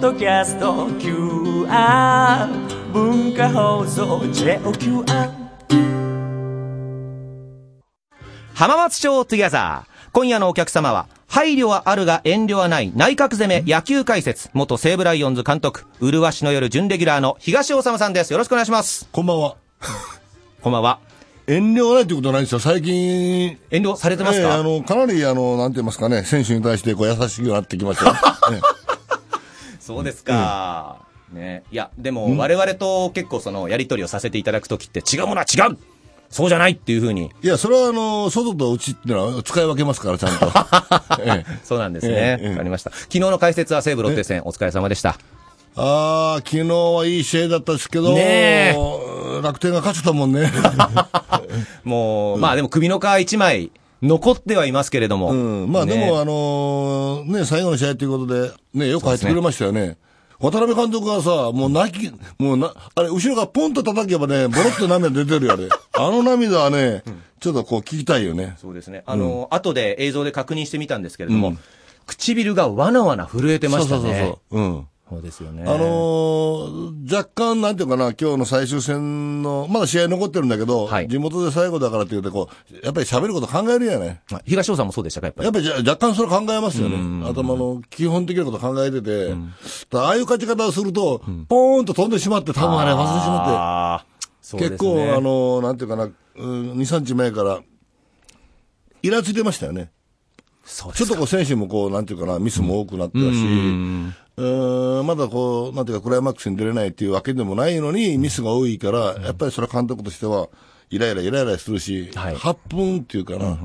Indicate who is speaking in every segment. Speaker 1: ドキャスト QR 文化放送 JOQR
Speaker 2: 浜松町トゥギャザー。今夜のお客様は、配慮はあるが遠慮はない内角攻め野球解説、元西武ライオンズ監督、麗しの夜準レギュラーの東尾さんです。よろしくお願いします。
Speaker 3: こんばんは。
Speaker 2: こんばんは。
Speaker 3: 遠慮がないってことはないんですよ。最近、
Speaker 2: 遠慮されてます
Speaker 3: ええ
Speaker 2: か、
Speaker 3: あの、かなり、あの、なんて言いますかね、選手に対して、こう、優しくなってきま したよ。え
Speaker 2: そうですか。ね。いや、でも、我々と結構その、やりとりをさせていただくときって、違うものは違うそうじゃないっていうふうに、
Speaker 3: えいや、それは、あの、外と内っていうのは、使い分けますから、ちゃん と。ええ
Speaker 2: そうなんですね。わ、
Speaker 3: ええ
Speaker 2: かりました。昨日の解説は西武ロッテ戦、お疲れ様でした。
Speaker 3: ああ、昨日はいい試合だったですけど、
Speaker 2: ねえ
Speaker 3: 楽天が勝ってたもんね。
Speaker 2: もう、まあでも首の皮一枚、残ってはいますけれども。
Speaker 3: うん、まあでも、
Speaker 2: ね
Speaker 3: あのーね、最後の試合ということで、ね、よく入ってくれましたよね。渡辺監督がさ、もう泣き、もうな、あれ、後ろがポンと叩けばね、ボロッと涙出て るよ、あれ。あの涙はね、ちょっとこう聞きたいよね。
Speaker 2: そうですね。あの、後で映像で確認してみたんですけれども、唇がわなわな震えてましたね。
Speaker 3: そうそうそうそう。うん。
Speaker 2: そうですよね。
Speaker 3: あのー若干、なんていうかな、今日の最終戦の、まだ試合残ってるんだけど、
Speaker 2: はい
Speaker 3: 地元で最後だからっていうて、こう、やっぱり喋ること考えるやね。
Speaker 2: まあ東尾さんもそうでしたか、やっぱり
Speaker 3: や。っぱりじゃ若干それ考えますよね。頭の基本的なこと考えてて、だからああいう勝ち方をすると、ポーンと飛んでしまって、多分あれ忘れてしまっ
Speaker 2: あーそ
Speaker 3: て、
Speaker 2: うですね
Speaker 3: 結構、あの、なんていうかな、うん2、3日前から、イラついてましたよね。
Speaker 2: そうで
Speaker 3: ちょっ
Speaker 2: す
Speaker 3: とこう選手もこう、なんていうかな、ミスも多くなってたし、うーんまだこう、なんていうか、クライマックスに出れないっていうわけでもないのに、ミスが多いから、やっぱりそれは監督としては、イライライライラするし、
Speaker 2: はい
Speaker 3: 8分っていうかな、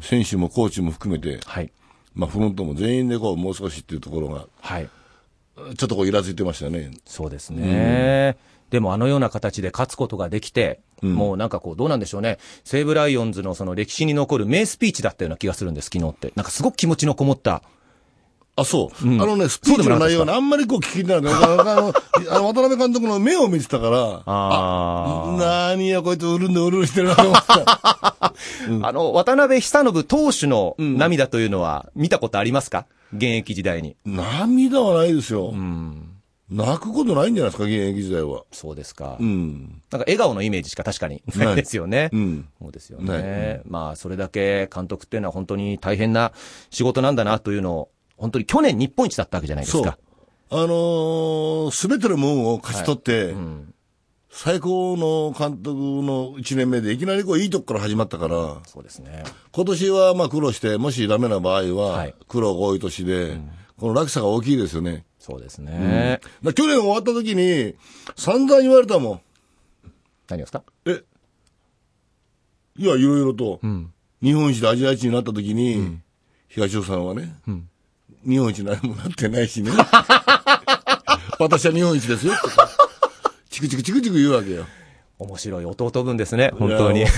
Speaker 3: 選手もコーチも含めて、
Speaker 2: はい。
Speaker 3: まあ、フロントも全員でこう、もう少しっていうところが、
Speaker 2: はい。
Speaker 3: ちょっとこう、イラついてましたね。
Speaker 2: そうですね。でもあのような形で勝つことができて、もうなんかこう、どうなんでしょうね。西武ライオンズのその歴史に残る名スピーチだったような気がするんです、昨日って。なんかすごく気持ちのこもった。
Speaker 3: あ、そう。
Speaker 2: ん
Speaker 3: あのね、スピーチの内容ね、あんまりこう聞きにならない。あの、あの渡辺監督の目を見てたから、
Speaker 2: あ
Speaker 3: 何や、こいつ、うるんでうるうるしてるなと思った。
Speaker 2: あの、渡辺久信投手の涙というのは見たことありますか現役時代に。
Speaker 3: 涙はないですよ。泣くことないんじゃないですか、現役時代は。
Speaker 2: そうですか。
Speaker 3: うん。
Speaker 2: なんか笑顔のイメージしか確かに
Speaker 3: な
Speaker 2: ないいですよね。
Speaker 3: うん
Speaker 2: そうですよ
Speaker 3: ない
Speaker 2: ね。まあ、それだけ監督っていうのは本当に大変な仕事なんだなというのを、本当に去年日本一だったわけじゃないです
Speaker 3: そう。
Speaker 2: か
Speaker 3: あ。のす、べてのもんを勝ち取って、
Speaker 2: ん
Speaker 3: 最高の監督の1年目で、いきなりこう、いいとこから始まったから、
Speaker 2: そうですね。
Speaker 3: 今年はまあ苦労して、もしダメな場合
Speaker 2: は、
Speaker 3: はい苦労が多い年で、この落差が大きいですよね。
Speaker 2: そうですね。
Speaker 3: だから去年終わった時に、散々言われたもん。
Speaker 2: 何ですか
Speaker 3: え、いや、いろいろと、日本一でアジア一になった時に、東尾さんはね、日本一何もなってない しね。私は日本一ですよって。チクチクチクチク言うわけよ。
Speaker 2: 面白い弟分ですね、本当
Speaker 3: い
Speaker 2: に
Speaker 3: や。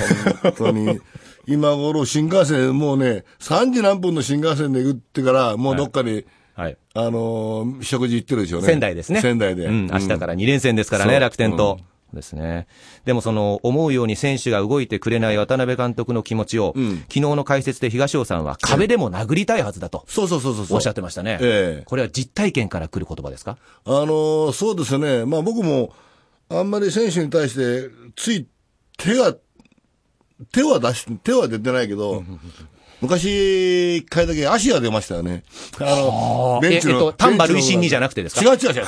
Speaker 3: 本当に。今頃新幹線、もうね、3時何分の新幹線で行ってから、もうどっかに、
Speaker 2: はい。
Speaker 3: あのー食事行ってるでしょうね。
Speaker 2: 仙台ですね。
Speaker 3: 仙台で。
Speaker 2: うん、明日から2連戦ですからね、
Speaker 3: そう
Speaker 2: 楽天と。
Speaker 3: う
Speaker 2: そうですね。でもその、思うように選手が動いてくれない渡辺監督の気持ちを、昨日の解説で東尾さんは壁でも殴りたいはずだと。
Speaker 3: そうそうそうそうそう。
Speaker 2: おっしゃってましたね。
Speaker 3: ええ
Speaker 2: これは実体験から来る言葉ですか
Speaker 3: あのーそうですね。まあ僕も、あんまり選手に対して、つい、手が、手は出し、手は出てないけど、昔、一回だけ足が出ましたよね。あの、
Speaker 2: え
Speaker 3: ベ
Speaker 2: え
Speaker 3: ン
Speaker 2: っ
Speaker 3: チの。
Speaker 2: と、単馬
Speaker 3: ベン
Speaker 2: 累
Speaker 3: チの
Speaker 2: 進にじゃなくてですか
Speaker 3: 違う違う違 う違う。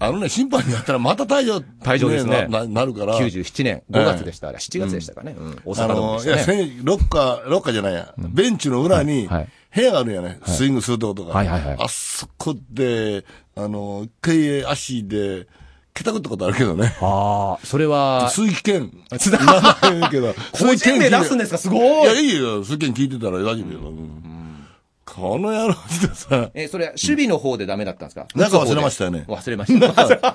Speaker 3: あのね、審判になったらまた退場、
Speaker 2: 退場ですね
Speaker 3: なななるから。
Speaker 2: 97年5月でした、あれ7月でしたかね。うん大
Speaker 3: あ
Speaker 2: 阪ドーム
Speaker 3: の
Speaker 2: で
Speaker 3: い
Speaker 2: した
Speaker 3: や、
Speaker 2: ね。
Speaker 3: せんロッカー、ロッカーじゃないや。ベンチの裏に
Speaker 2: はいはい、
Speaker 3: 部屋があるやね。スイングするとことか。
Speaker 2: はいはいはい
Speaker 3: あそこで、あの、一回足で、蹴たくったことあるけどね。
Speaker 2: ああ、それは、
Speaker 3: 鈴 木健。つながないけど。
Speaker 2: 個人名
Speaker 3: 鈴木健聞いて
Speaker 2: 出すんですかすご
Speaker 3: いや、
Speaker 2: い
Speaker 3: いいよ。鈴木健聞いてたら大丈夫よ。うんこの野郎って さ、
Speaker 2: え、それは守備の方でダメだったんですか
Speaker 3: なんか忘れましたよね
Speaker 2: 忘れました。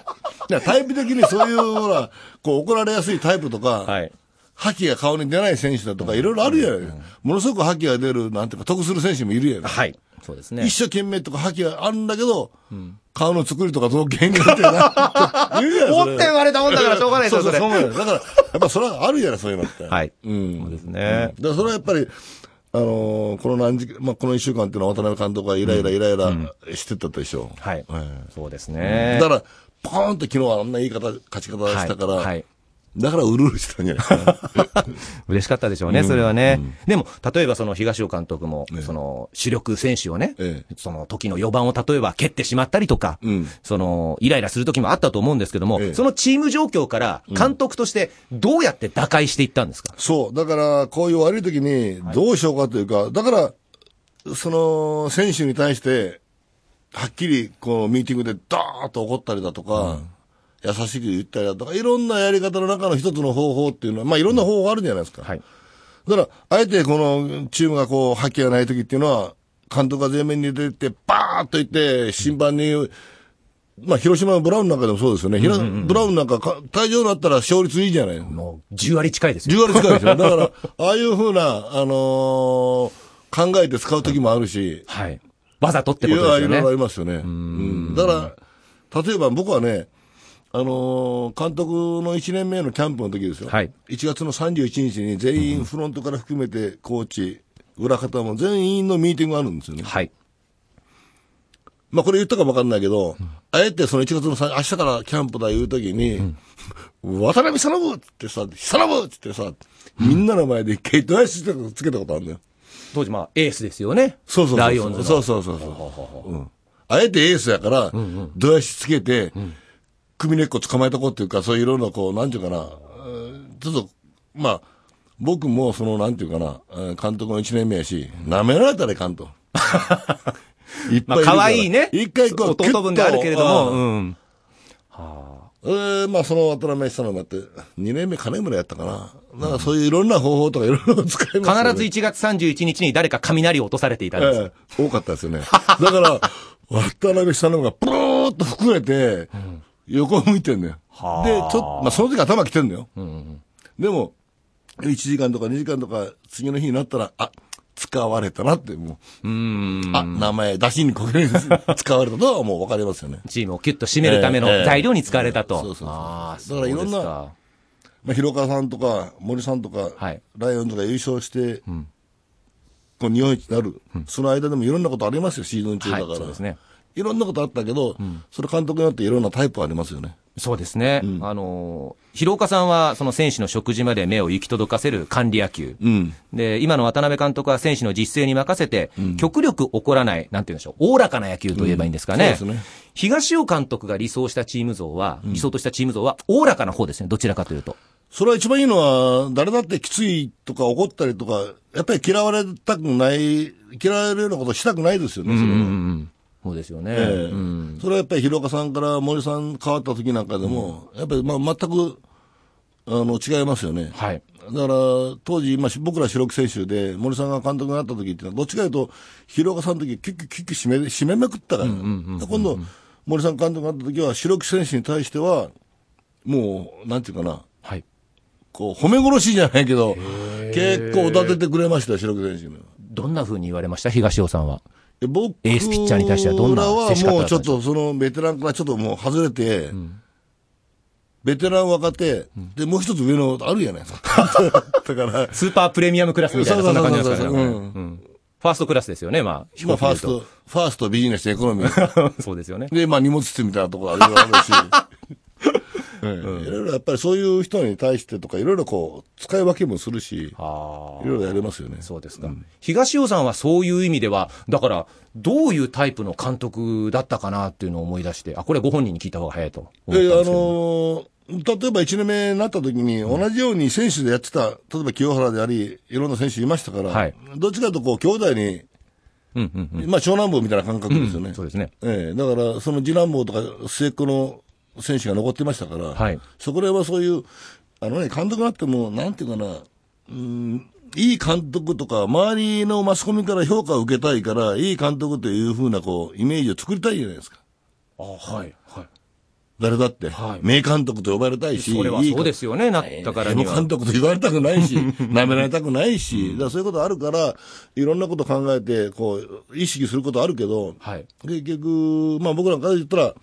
Speaker 3: いやタイプ的にそういう、ほら、こう怒られやすいタイプと か、
Speaker 2: はい。
Speaker 3: 覇気が顔に出ない選手だとか、いろいろあるやん。ものすごく覇気が出る、なんていうか、得する選手もいるやん。
Speaker 2: はい。そうですね
Speaker 3: 一。生懸命とか覇気があるんだけど、顔の作りとかどう限界ってな。言うやん
Speaker 2: 持
Speaker 3: そ
Speaker 2: っ
Speaker 3: れ
Speaker 2: て言われたもんだからしょうがないです
Speaker 3: そ
Speaker 2: よ、
Speaker 3: うそ、
Speaker 2: そう
Speaker 3: そ
Speaker 2: れ。
Speaker 3: うなんだよだから、やっぱそれはあるやん、そういうのって。
Speaker 2: はい。
Speaker 3: うん。
Speaker 2: そうですね。
Speaker 3: だからそれはやっぱり、あのーこの何時間、まあ、この一週間っていうのは渡辺監督がイライライライラしてたでしょう。
Speaker 2: はい
Speaker 3: え
Speaker 2: そうです
Speaker 3: え
Speaker 2: ね
Speaker 3: だ。から、ポーンと昨日はあんな言い方、勝ち方したから、
Speaker 2: はいはい
Speaker 3: だからうるうるしたんじゃないですか。
Speaker 2: 嬉しかったでしょうね、それはね。でも、例えばその東尾監督も、その主力選手をね、
Speaker 3: ええ
Speaker 2: その時の4番を例えば蹴ってしまったりとか、
Speaker 3: うん
Speaker 2: そのイライラする時もあったと思うんですけども、
Speaker 3: ええ
Speaker 2: そのチーム状況から監督としてどうやって打開していったんですか、
Speaker 3: そう。だから、こういう悪い時にどうしようかというか、だから、その、選手に対して、はっきり、こう、ミーティングでダーッと怒ったりだとか、優しく言ったりだとか、いろんなやり方の中の一つの方法っていうのは、まあ、いろんな方法があるじゃないですか。
Speaker 2: はい。
Speaker 3: だから、あえてこのチームがこう、覇気がない時っていうのは、監督が前面に出て、バーッといって、審判に、まあ、広島のブラウンなんかでもそうですよね。ひらブラウンなんかか、退場になったら勝率いいじゃない。
Speaker 2: もう10割近いですよ。
Speaker 3: 10割近いですよ。だから、 ああいうふうな、あのー考えて使う時もあるし、
Speaker 2: はい。わざとってこ
Speaker 3: い
Speaker 2: と
Speaker 3: や
Speaker 2: で
Speaker 3: い
Speaker 2: す
Speaker 3: ろいろ
Speaker 2: よ
Speaker 3: あ
Speaker 2: ね。
Speaker 3: りますよね。うんだから、例えば僕はね、あのー監督の1年目のキャンプの時ですよ。
Speaker 2: はい
Speaker 3: 1月の31日に全員フロントから含めてコーチ、裏方も全員のミーティングがあるんですよね。
Speaker 2: はい。
Speaker 3: まあこれ言ったかもわかんないけど、あえてその1月の3、明日からキャンプだ言うときに、渡辺さぶってさ、さらぶってさ、みんなの前でケイトアイスつけたことあるんだよ。
Speaker 2: 当時まあエースですよね。
Speaker 3: そうそうそうそう。
Speaker 2: ライオンズの。
Speaker 3: そうそうそうそう。うんあえてエースやから、どやしつけて、首根っこ捕まえとこうっていうか、そういういろんなこう、なんていうかな、えーちょっと、まあ、僕もその、なんていうかな、えー監督の1年目やし、舐められたらいか んと。いっ
Speaker 2: ま
Speaker 3: ぱ
Speaker 2: あ
Speaker 3: いいるから
Speaker 2: 可愛いね。
Speaker 3: 一回こう、キュッと
Speaker 2: 弟分であるけれども、
Speaker 3: う
Speaker 2: うんん。
Speaker 3: えーまあその渡辺久のもあって、2年目金村やったかな。なんかそういういろんな方法とかいろいろ使いますよね
Speaker 2: 必ず1月31日に誰か雷を落とされていたんです。
Speaker 3: ええ多かったですよね。だから、渡辺久信がプローっと膨れて、横を向いてんだよ。
Speaker 2: はあ
Speaker 3: で、ちょっと、まあ、その時頭来てんだよ。でも、1時間とか2時間とか、次の日になったら、あ、使われたなって、もう、あ、名前出しにこける使われたのはもう分かりますよね。
Speaker 2: チームをキュッと締めるための
Speaker 3: ええ
Speaker 2: 材料に使われたと。
Speaker 3: そうそうそう
Speaker 2: ああ、
Speaker 3: だからいろんな
Speaker 2: そうですか
Speaker 3: まあ、広川さんとか、森さんとか、
Speaker 2: はい
Speaker 3: ライオンズが優勝して、こう日本一になる、その間でもいろんなことありますよ、シーズン中だから。
Speaker 2: はいそうですね
Speaker 3: いろんなことあったけど、それ監督によっていろんなタイプありますよね。
Speaker 2: そうですね。あのー、広岡さんは、その選手の食事まで目を行き届かせる管理野球。
Speaker 3: ん
Speaker 2: で、今の渡辺監督は選手の実践に任せて、極力怒らない、なんて言うんでしょう、おおらかな野球と言えばいいんですかね。
Speaker 3: うんそうですね
Speaker 2: 東尾監督が理想したチーム像は、理想としたチーム像は、おおらかな方ですね、どちらかというと。
Speaker 3: それは一番いいのは、誰だってきついとか怒ったりとか、やっぱり嫌われたくない、嫌われるようなことしたくないですよね、それは。
Speaker 2: そうですよね。
Speaker 3: ええそれはやっぱり広岡さんから森さん変わった時なんかでも、やっぱりまあ全く、あの、違いますよね。
Speaker 2: はい。
Speaker 3: だから、当時、まあ、し僕ら主力選手で、森さんが監督になった時っていうのは、どっちかというと、広岡さんの時、キュッキュッキュッキュ締め、締めまくったから。今度、森さん監督になった時は、主力選手に対しては、もう、なんていうかな、
Speaker 2: はい。
Speaker 3: こう、褒め殺しじゃないけど、結構おだててくれましたよ、主力選手には。
Speaker 2: どんな風に言われました東尾さんは。
Speaker 3: で僕
Speaker 2: エースピッチャーに対してはどんな
Speaker 3: らは
Speaker 2: 接し方
Speaker 3: も
Speaker 2: だ
Speaker 3: う
Speaker 2: っ
Speaker 3: ち
Speaker 2: た
Speaker 3: ょ
Speaker 2: ん
Speaker 3: っ
Speaker 2: ですか
Speaker 3: とそのベテランからちょっともう外れて、ベテラン若手、で、もう一つ上のあるじゃないですか。 だから、
Speaker 2: スーパープレミアムクラスみたいな、そんな感じなんですかね。
Speaker 3: そう
Speaker 2: う
Speaker 3: そうそうそうん
Speaker 2: ファーストクラスですよね、まあ、飛
Speaker 3: 今
Speaker 2: 行
Speaker 3: ファー
Speaker 2: 機
Speaker 3: ス
Speaker 2: で言う
Speaker 3: ト、ファーストビジネスエコノミー。
Speaker 2: と。そうですよね。
Speaker 3: で、まあ荷物室みたいなところある あるし。うんいろいろやっぱりそういう人に対してとか、いろいろこう、使い分けもするし、い
Speaker 2: ああ。
Speaker 3: ろいろやれますよね。
Speaker 2: そうですか、東尾さんはそういう意味では、だから、どういうタイプの監督だったかなっていうのを思い出して、あ、これご本人に聞いた方が早いと思ったん
Speaker 3: で、あ
Speaker 2: ですけど。
Speaker 3: のー例えば1年目になった時に、同じように選手でやってた、例えば清原であり、いろんな選手いましたから、
Speaker 2: はい
Speaker 3: どっちかというとこう、兄弟に、
Speaker 2: うんうん
Speaker 3: まあ長男坊みたいな感覚ですよね。
Speaker 2: そうですね。
Speaker 3: ええだから、その次男坊とか末っ子の選手が残ってましたから、
Speaker 2: はい
Speaker 3: そこら辺はそういう、あのね、監督になっても、なんていうかな、うん、いい監督とか、周りのマスコミから評価を受けたいから、いい監督というふうな、こう、イメージを作りたいじゃないですか。
Speaker 2: あはい。はい。
Speaker 3: 誰だって、
Speaker 2: はい
Speaker 3: 名監督と呼ばれたいし、
Speaker 2: それはい
Speaker 3: い
Speaker 2: そうですよね、なったからに
Speaker 3: も
Speaker 2: は
Speaker 3: 監。督と言われた くないし、舐められたくないし、だからそういうことあるから、いろんなこと考えて、こう、意識することあるけど、
Speaker 2: はい。
Speaker 3: 結局、まあ僕なんかで言ったら、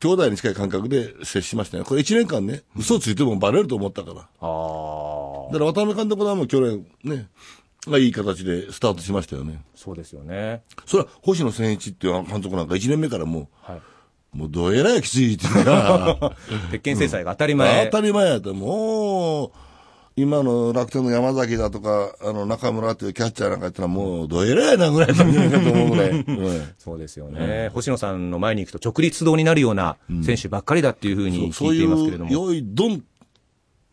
Speaker 3: 兄弟に近い感覚で接しましたね。これ1年間ね、嘘ついてもバレると思ったから。だ
Speaker 2: ああ。
Speaker 3: から渡辺監督はもう去年ね、がいい形でスタートしましたよね。
Speaker 2: そうですよね。
Speaker 3: それは星野千一っていう監督なんか1年目からも、
Speaker 2: はいう
Speaker 3: もうどえらいきついっていうか、
Speaker 2: 鉄拳制裁が当たり前。
Speaker 3: 当たり前やった。もう、今の楽天の山崎だとか、あの中村というキャッチャーなんかやったらもうどえらいなぐらいなんじゃないかと思うぐらい。うん
Speaker 2: そうですよね、星野さんの前に行くと直立動になるような選手ばっかりだっていうふうに
Speaker 3: そう
Speaker 2: 聞いていますけれども。
Speaker 3: そういう、用意ドン、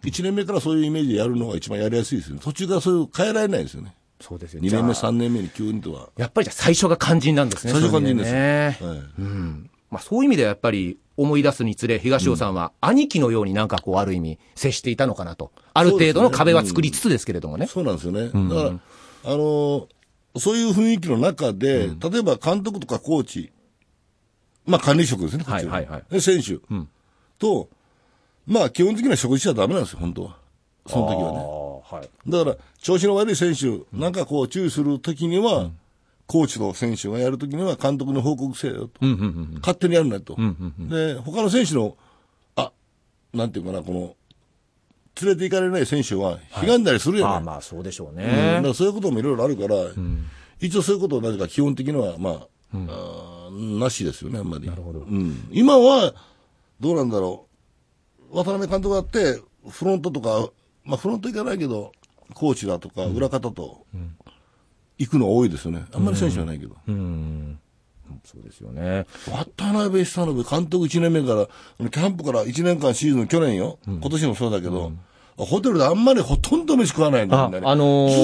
Speaker 3: 1年目からそういうイメージでやるのが一番やりやすいですよね。途中からそういう変えられないですよね。
Speaker 2: そうですよね。
Speaker 3: 2年目、
Speaker 2: じゃあ
Speaker 3: 3年目に急にとは。
Speaker 2: やっぱりじゃあ最初が肝心なんですね。
Speaker 3: 最初肝心です
Speaker 2: そういう意味でね
Speaker 3: はい
Speaker 2: まあそういう意味ではやっぱり思い出すにつれ、東尾さんは兄貴のようになんかこうある意味接していたのかなと。ある程度の壁は作りつつですけれどもね。
Speaker 3: そうなんですよね。だから、あの、そういう雰囲気の中で、例えば監督とかコーチ、まあ管理職ですね、こっち
Speaker 2: はいはいはい
Speaker 3: で選手、と、まあ基本的には食事しちゃダメなんですよ、本当は。その時はね。
Speaker 2: ああはい。
Speaker 3: だから、調子の悪い選手、なんかこう、注意するときには、コーチと選手がやるときには、監督の報告せよと。勝手にやるなと。で、他の選手の、あ、なんていうかな、この、連れて行かれない選手は、ひがんだりするや
Speaker 2: ま
Speaker 3: な
Speaker 2: あ
Speaker 3: い。
Speaker 2: まあそうでしょう
Speaker 3: うんだ
Speaker 2: ね
Speaker 3: か。らそういうこともいろいろあるから、一応そういうことをなぜか基本的には、まあ、あーなしですよね、あんまり。うん今は、どうなんだろう。渡辺監督だって、フロントとか、まあフロント行かないけど、コーチだとか、裏方と、行くの多いですよね。あんまり選手はないけど。
Speaker 2: そうですよね。
Speaker 3: 渡辺久信、監督1年目から、あのキャンプから1年間シーズン、去年よ、今年もそうだけど、ホテルであんまりほとんど飯食わないんだ
Speaker 2: あ
Speaker 3: みんなね
Speaker 2: あのー
Speaker 3: ず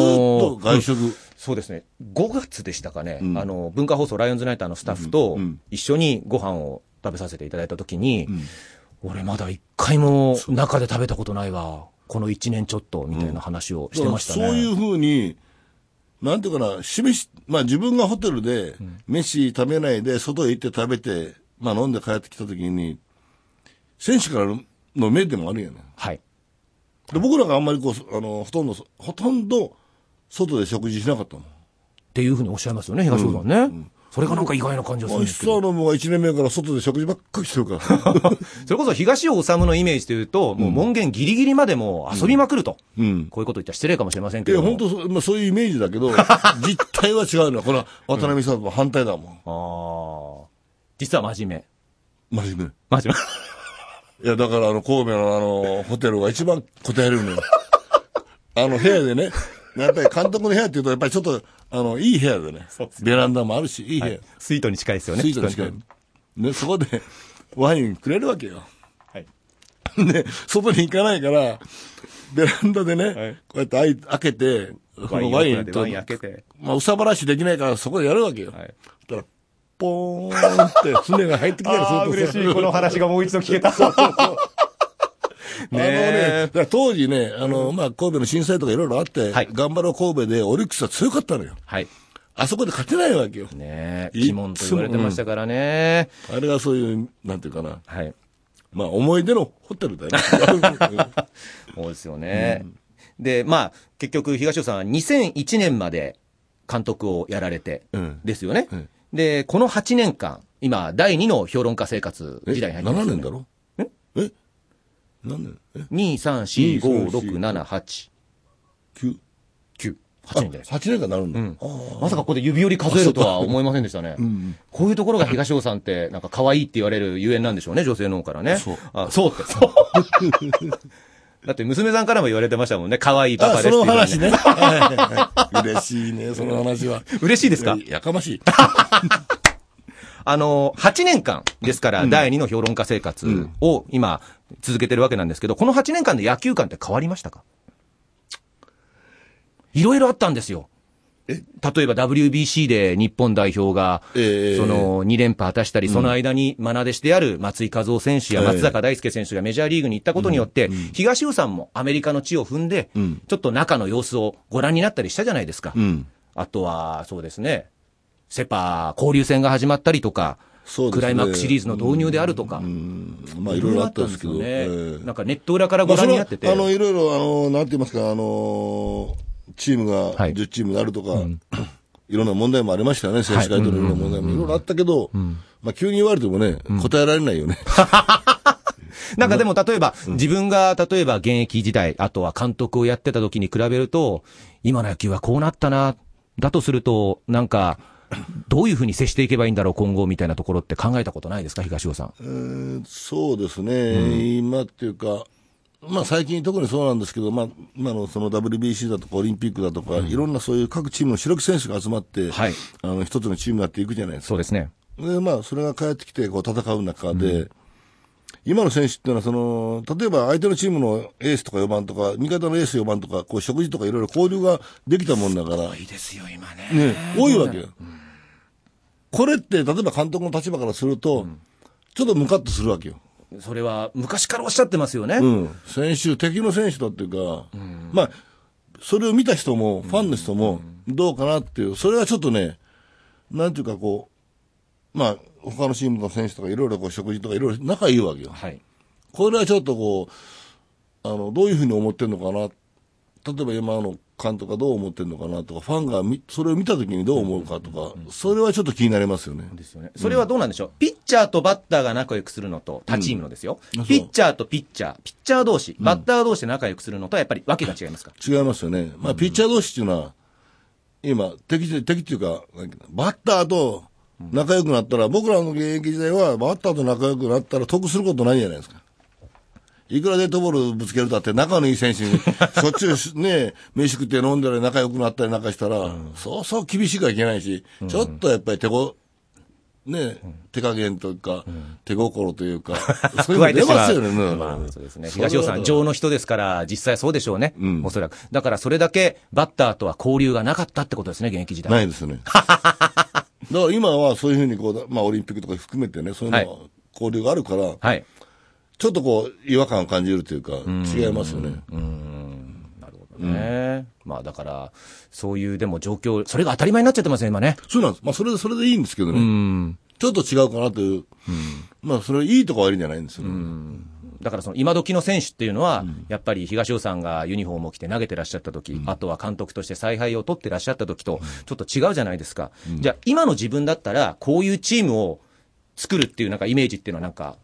Speaker 3: ーっと外食。
Speaker 2: そうですね。5月でしたかね。あの、文化放送ライオンズナイターのスタッフと一緒にご飯を食べさせていただいたときに、俺まだ一回も中で食べたことないわ。この1年ちょっとみたいな話をしてましたね。
Speaker 3: だからそういうふうに、なんていうかな、示し、まあ自分がホテルで、飯食べないで、外へ行って食べて、まあ飲んで帰ってきたときに、選手からの目でもあるよね。
Speaker 2: はい。
Speaker 3: で、僕らがあんまりこう、あの、ほとんど、ほとんど、外で食事しなかったもん。
Speaker 2: っていうふうにおっしゃいますよね、東尾さんね。それがなんか意外な感じがするんですけど。
Speaker 3: 久信は1年目から外で食事ばっかりしてるから。
Speaker 2: それこそ東尾治のイメージというと、もう門限ギリギリまでもう遊びまくると。
Speaker 3: うん。
Speaker 2: こういうこと言ったら失礼かもしれませんけ
Speaker 3: い
Speaker 2: れ
Speaker 3: や、
Speaker 2: ども。
Speaker 3: 本当そ、まあ、そういうイメージだ けど、実態は違うの。ほら、渡辺さんと反対だもん。
Speaker 2: ああ。実は真面
Speaker 3: 真面目に。
Speaker 2: 目。真面
Speaker 3: いや、だから、あの、神戸のあの、ホテルが一番答えるのよ。 あの、部屋でね、やっぱり監督の部屋っていうと、やっぱりちょっと、あの、いい部屋でね
Speaker 2: そうで、す
Speaker 3: ベランダもあるし、いい部屋、
Speaker 2: 目。 スイートに近いですよね。
Speaker 3: スイートに近い。ね、そこで、ワインくれるわけよ。
Speaker 2: はい。
Speaker 3: で、外に行かないから、ベランダでね、
Speaker 2: はい
Speaker 3: こうやって開い開けて、このワインと、
Speaker 2: ワイン開けて。
Speaker 3: まあ、うさばらしできないから、そこでやるわけよ。
Speaker 2: はい
Speaker 3: そしたら、ポーンって、船が入ってきたりするとさ
Speaker 2: 話がもう一度聞けた。
Speaker 3: あの
Speaker 2: ねえ
Speaker 3: ね、だから当時ね、あの、まあ、神戸の震災とかいろいろあって、
Speaker 2: はい
Speaker 3: 頑張ろう神戸でオリックスは強かったのよ。
Speaker 2: はい。
Speaker 3: あそこで勝てないわけよ。
Speaker 2: ねえ、
Speaker 3: いつ
Speaker 2: 鬼門と言われてましたからね。
Speaker 3: あれがそういう、なんていうかな、
Speaker 2: はい。
Speaker 3: まあ、思い出のホテ ルだよね。
Speaker 2: そうですよね。で、まあ、結局、東尾さんは2001年まで監督をやられて
Speaker 3: うん、
Speaker 2: ですよね。
Speaker 3: うん
Speaker 2: で、この8年間、今、第2の評論家生活
Speaker 3: え
Speaker 2: 時代に入ってます
Speaker 3: 7
Speaker 2: よ、ね。
Speaker 3: 年だろ
Speaker 2: え
Speaker 3: え何年え
Speaker 2: ?2、3、4、5、6、
Speaker 3: 2
Speaker 2: 7、8、
Speaker 3: ?9?
Speaker 2: 9。8年じゃ
Speaker 3: あ、
Speaker 2: ないですか。
Speaker 3: 8年間なるんだ。
Speaker 2: まさかここで指折り数えるとは思いませんでしたね。こういうところが東尾さんって、なんか可愛いって言われるゆえんなんでしょうね、女性の方からね。
Speaker 3: そう
Speaker 2: あそうって、そう。 だって娘さんからも言われてましたもんね、可愛いパ
Speaker 3: あ、
Speaker 2: パです
Speaker 3: そ
Speaker 2: ってい
Speaker 3: の
Speaker 2: うはね
Speaker 3: 話ね。はいはいはい 嬉しいね、その話は。
Speaker 2: 嬉しいですか
Speaker 3: やかま しい。
Speaker 2: あの、8年間ですから、第2の評論家生活を今、続けてるわけなんですけど、この8年間で野球観って変わりましたかいろいろあったんですよ。例えば WBC で日本代表が、
Speaker 3: ええ
Speaker 2: その2連覇果たしたり、その間に愛弟子である松井稼頭央選手や
Speaker 3: ええ
Speaker 2: 松坂大輔選手がメジャーリーグに行ったことによって、東尾さんもアメリカの地を踏んで、ちょっと中の様子をご覧になったりしたじゃないですか。
Speaker 3: ん
Speaker 2: あとは、そうですね、セ・パ交流戦が始まったりとか、
Speaker 3: そうで
Speaker 2: ク
Speaker 3: すね
Speaker 2: ライマックスシリーズの導入であるとか、
Speaker 3: うんまあ、いろいろあったんですけど。
Speaker 2: ね
Speaker 3: えー
Speaker 2: なんかネット裏からご
Speaker 3: まあ、そ
Speaker 2: 覧
Speaker 3: れ
Speaker 2: に
Speaker 3: は
Speaker 2: なってて、
Speaker 3: あの、いろいろ、あの、なんて言いますか、あの、チームが
Speaker 2: はい
Speaker 3: 10チームであるとか、 いろんな問題もありましたよね、選手会とのいろんな問題もいろいろあったけど、まあ、急に言われてもね、答えられないよね。
Speaker 2: なんかでも例えば、自分が例えば現役時代、あとは監督をやってた時に比べると、今の野球はこうなったな、だとすると、なんか、 どういうふうに接していけばいいんだろう、今後みたいなところって考えたことないですか、東尾さん。
Speaker 3: う ーんそうですね、今っていうか、まあ、最近特にそうなんですけど、まあ、今のその WBC だとかオリンピックだとか、いろんなそういう各チームの主力選手が集まって、
Speaker 2: はい
Speaker 3: あの一つのチームになっていくじゃないですか。
Speaker 2: そうですね。
Speaker 3: で、まあ、それが帰ってきてこう戦う中で、今の選手っていうのはその、例えば相手のチームのエースとか4番とか、味方のエース4番とか、こう食事とかいろいろ交流ができたもんだから、
Speaker 2: いいですよ、今ね。
Speaker 3: ね、多いわけよ。これって、例えば監督の立場からすると、ちょっとムカッとするわけよ。
Speaker 2: それは昔からおっしゃってますよね。
Speaker 3: うん、選手、敵の選手だっていうか、まあ、それを見た人も、ファンの人も、どうかなっていう、それはちょっとね、なんていうかこう、まあ、他のチームの選手とか、いろいろこう食事とか、いろいろ仲いいわけよ。
Speaker 2: はい。
Speaker 3: これはちょっとこう、あの、どういうふうに思ってんのかな。例えば今の監督がどう思ってんのかなとか、ファンがみそれを見たときにどう思うかとか、それはちょっと気になりますよね。
Speaker 2: ですよね。それはどうなんでしょう、ピッチャーとバッターが仲良くするのと、他チームのですよ、
Speaker 3: そう
Speaker 2: ピッチャーとピッチャー、ピッチャー同士、バッター同士で仲良くするのとはやっぱり訳が違いますか、
Speaker 3: 違いますよね。まあ、ピッチャー同士っていうのは、今、敵じゃ、敵っていうか、なんかバッターと仲良くなったら、僕らの現役時代は、バッターと仲良くなったら得することないじゃないですか。いくらデッドボールぶつけるだって、仲のいい選手 に、しょっちゅうしね、飯食って飲んだり仲良くなったりなんかしたら、そうそう厳しくはいけないし、ちょっとやっぱり手こ、ね、手加減というか、手心とい うか、そういう
Speaker 2: 加
Speaker 3: の
Speaker 2: えて
Speaker 3: 出
Speaker 2: しま
Speaker 3: ま
Speaker 2: う
Speaker 3: すよね。うん
Speaker 2: まあそうですね。
Speaker 3: それは
Speaker 2: 東尾さん、情の人ですから、実際そうでしょうね。おそらく。だからそれだけ、バッターとは交流がなかったってことですね、現役時代。
Speaker 3: ないです ね。だから今はそういうふうにこう、まあオリンピックとか含めてね、そういうのは交流があるから、
Speaker 2: はい。
Speaker 3: ちょっとこう、違和感を感じるというか、違いますよ
Speaker 2: な
Speaker 3: ね。
Speaker 2: るほどね。まあだから、そういうでも状況、それが当たり前になっちゃってますね、今ね。
Speaker 3: そうなんです。まあそれで、それでいいんですけどね。ちょっと違うかなという。まあそれいいとこ悪いんじゃないんですよね。
Speaker 2: だからその今時の選手っていうのは、やっぱり東尾さんがユニフォームを着て投げてらっしゃった時、あとは監督として采配を取ってらっしゃった時と、ちょっと違うじゃないですか。じゃあ、今の自分だったら、こういうチームを作るっていうなんかイメージっていうのはなんか、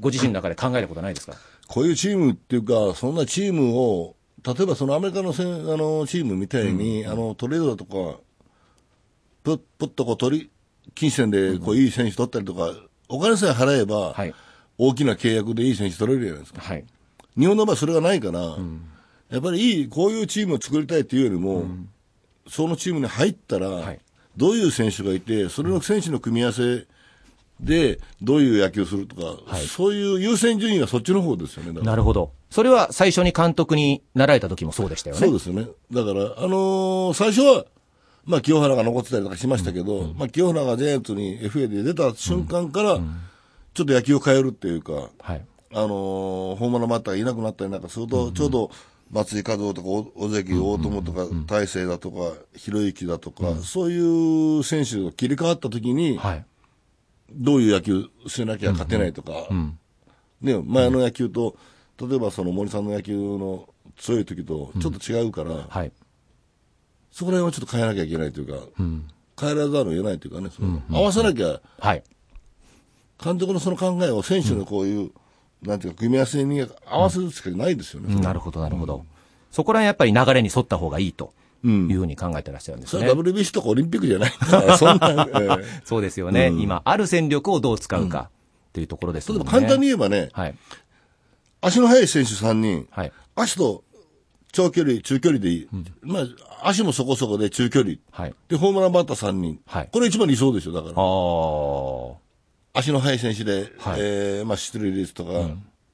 Speaker 2: ご自身の中で考えたことないですか
Speaker 3: こういうチームっていうか、そんなチームを、例えばそのアメリカのせんあのチームみたいに、あのトレードだとか、ぷっぷっとこう取り、金銭でこういい選手取ったりとか、お金さえ払えば、
Speaker 2: はい
Speaker 3: 大きな契約でいい選手取れるじゃないですか。
Speaker 2: はい。
Speaker 3: 日本の場合それがないから、やっぱりいい、こういうチームを作りたいっていうよりも、そのチームに入ったら、
Speaker 2: い
Speaker 3: どういう選手がいて、それの選手の組み合わせで、どういう野球をするとか、そういう優先順位はそっちの方ですよね。だから
Speaker 2: なるほど。それは最初に監督になられた時もそうでしたよね。
Speaker 3: そうですよね。だから、あのー最初は、まあ、清原が残ってたりとかしましたけど、まあ、清原がジャイアンツに FA で出た瞬間から、ちょっと野球を変えるっていうか、
Speaker 2: はい。
Speaker 3: あのー、ホームランバッターがいなくなったりなんかすると、ちょうど松井稼働とか、お尾関、大友とか、大勢だとか、ひろゆきだとか、そういう選手が切り替わった時に、
Speaker 2: はい。
Speaker 3: どういう野球しなきゃ勝てないとか、ね、前の野球と、例えばその森さんの野球の強い時とちょっと違うから、
Speaker 2: はい。
Speaker 3: そこら辺はちょっと変えなきゃいけないというか、変えらざるを得ないというかね、その合わせなきゃ、
Speaker 2: はい。
Speaker 3: 監督のその考えを選手のこういう、なんていうか、組み合わせに合わせるしかないですよね。
Speaker 2: なるほど、なるほど。そこら辺やっぱり流れに沿った方がいいというふうに考えてらっしゃるんです
Speaker 3: そ
Speaker 2: ね。
Speaker 3: れは WBC とかオリンピックじゃないんだから、そんな、ええ
Speaker 2: そうですよね。今、ある戦力をどう使うかっていうところです
Speaker 3: 例
Speaker 2: も
Speaker 3: え
Speaker 2: んね。
Speaker 3: ば簡単に言えばね、
Speaker 2: はい。
Speaker 3: 足の速い選手3人、
Speaker 2: はい。
Speaker 3: 足と長距離、中距離でいい。まあ、足もそこそこで中距離。
Speaker 2: はい。
Speaker 3: で、ホームランバッター3人。
Speaker 2: はい
Speaker 3: これ一番理想でしょ、だから。
Speaker 2: ああ。
Speaker 3: 足の速い選手で、
Speaker 2: はい
Speaker 3: えーまあ、出塁率とか、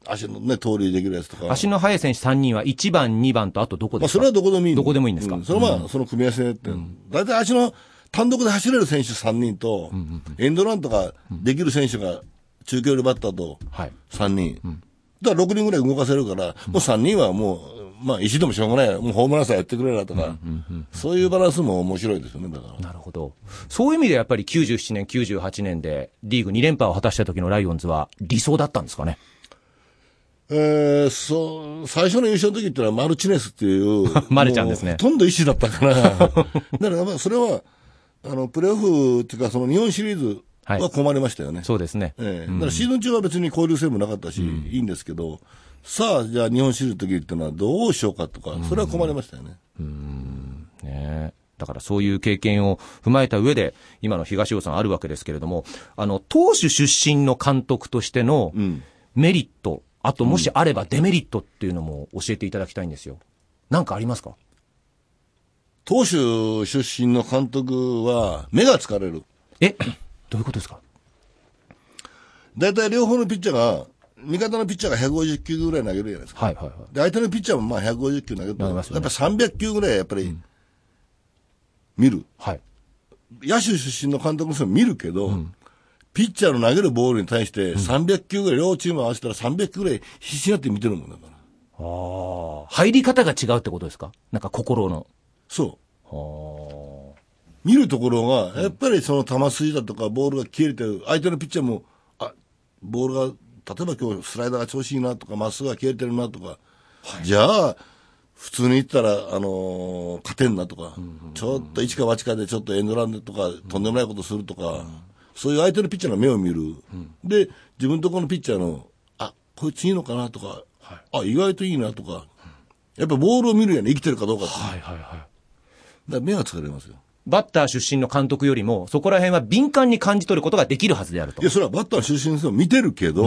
Speaker 3: 足のね、盗塁できるやつとか。
Speaker 2: 足の速い選手3人は1番、2番とあとどこ
Speaker 3: ま
Speaker 2: で
Speaker 3: あ、そ
Speaker 2: す
Speaker 3: れ
Speaker 2: か
Speaker 3: はどこでもいい
Speaker 2: どこでもいいんですか
Speaker 3: うそれはまあ、その組み合わせって、大体足の単独で走れる選手3人と、エンドランとかできる選手が中距離バッターと
Speaker 2: はい。
Speaker 3: 3人。だから6人ぐらい動かせるから、もう3人はもう、まあ、石でもしょうがない。もうホームランさえやってくれなとか、そういうバランスも面白いですよね、だから。
Speaker 2: なるほど。そういう意味でやっぱり97年、98年でリーグ2連覇を果たした時のライオンズは理想だったんですかね。
Speaker 3: えー、そう、最初の優勝の時ってのはマルチネスっていう。
Speaker 2: マルちゃんですね
Speaker 3: もうほとんど 石だったから。だからまあそれは、あの、プレーオフっていうかその日本シリーズ、
Speaker 2: はい
Speaker 3: は困りましたよね。
Speaker 2: そうですね。
Speaker 3: ええだからシーズン中は別に交流戦もなかったし、いいんですけど、さあ、じゃあ日本シリーズの時ってのはどうしようかとか、それは困りましたよね。
Speaker 2: ねえだからそういう経験を踏まえた上で、今の東尾さんあるわけですけれども、あの、投手出身の監督としてのメリット、あともしあればデメリットっていうのも教えていただきたいんですよ。なんかありますか
Speaker 3: 投手出身の監督は、目が疲れる。
Speaker 2: え、どういうことですか
Speaker 3: 大体両方のピッチャーが、味方のピッチャーが150球ぐらい投げるじゃないですか。
Speaker 2: はいはいはい。
Speaker 3: で相手のピッチャーもまあ150球投げると、
Speaker 2: 投げ
Speaker 3: や
Speaker 2: ま
Speaker 3: っ
Speaker 2: す
Speaker 3: ぱ
Speaker 2: よね
Speaker 3: り300球ぐらいやっぱり、見る。
Speaker 2: はい。
Speaker 3: 野手出身の監督の人も見るけど、ピッチャーの投げるボールに対して300球ぐらい、両チーム合わせたら300球ぐらい必死になって見てるもんだから。
Speaker 2: ああ、入り方が違うってことですかなんか心の。
Speaker 3: そう。
Speaker 2: あ
Speaker 3: 見るところが、やっぱりその球筋だとか、ボールが消えてる、相手のピッチャーも、あボールが、例えば今日スライダーが調子いいなとか、まっすぐが消えてるなとか、じゃあ、普通にいったら、あのー勝てんなとか、ちょっと一か八かでちょっとエンドランでとか、とんでもないことするとか、そういう相手のピッチャーの目を見る。で、自分とこのピッチャーの、あ、こいついいのかなとか、あ、意外といいなとか、やっぱボールを見るやね、生きてるかどうかって。だ
Speaker 2: あ。
Speaker 3: か
Speaker 2: はいはいはい。
Speaker 3: ら目が疲れますよ。
Speaker 2: バッター出身の監督よりも、そこら辺は敏感に感じ取ることができるはずであると
Speaker 3: いや、。それはバッターの出身の人も見てるけど、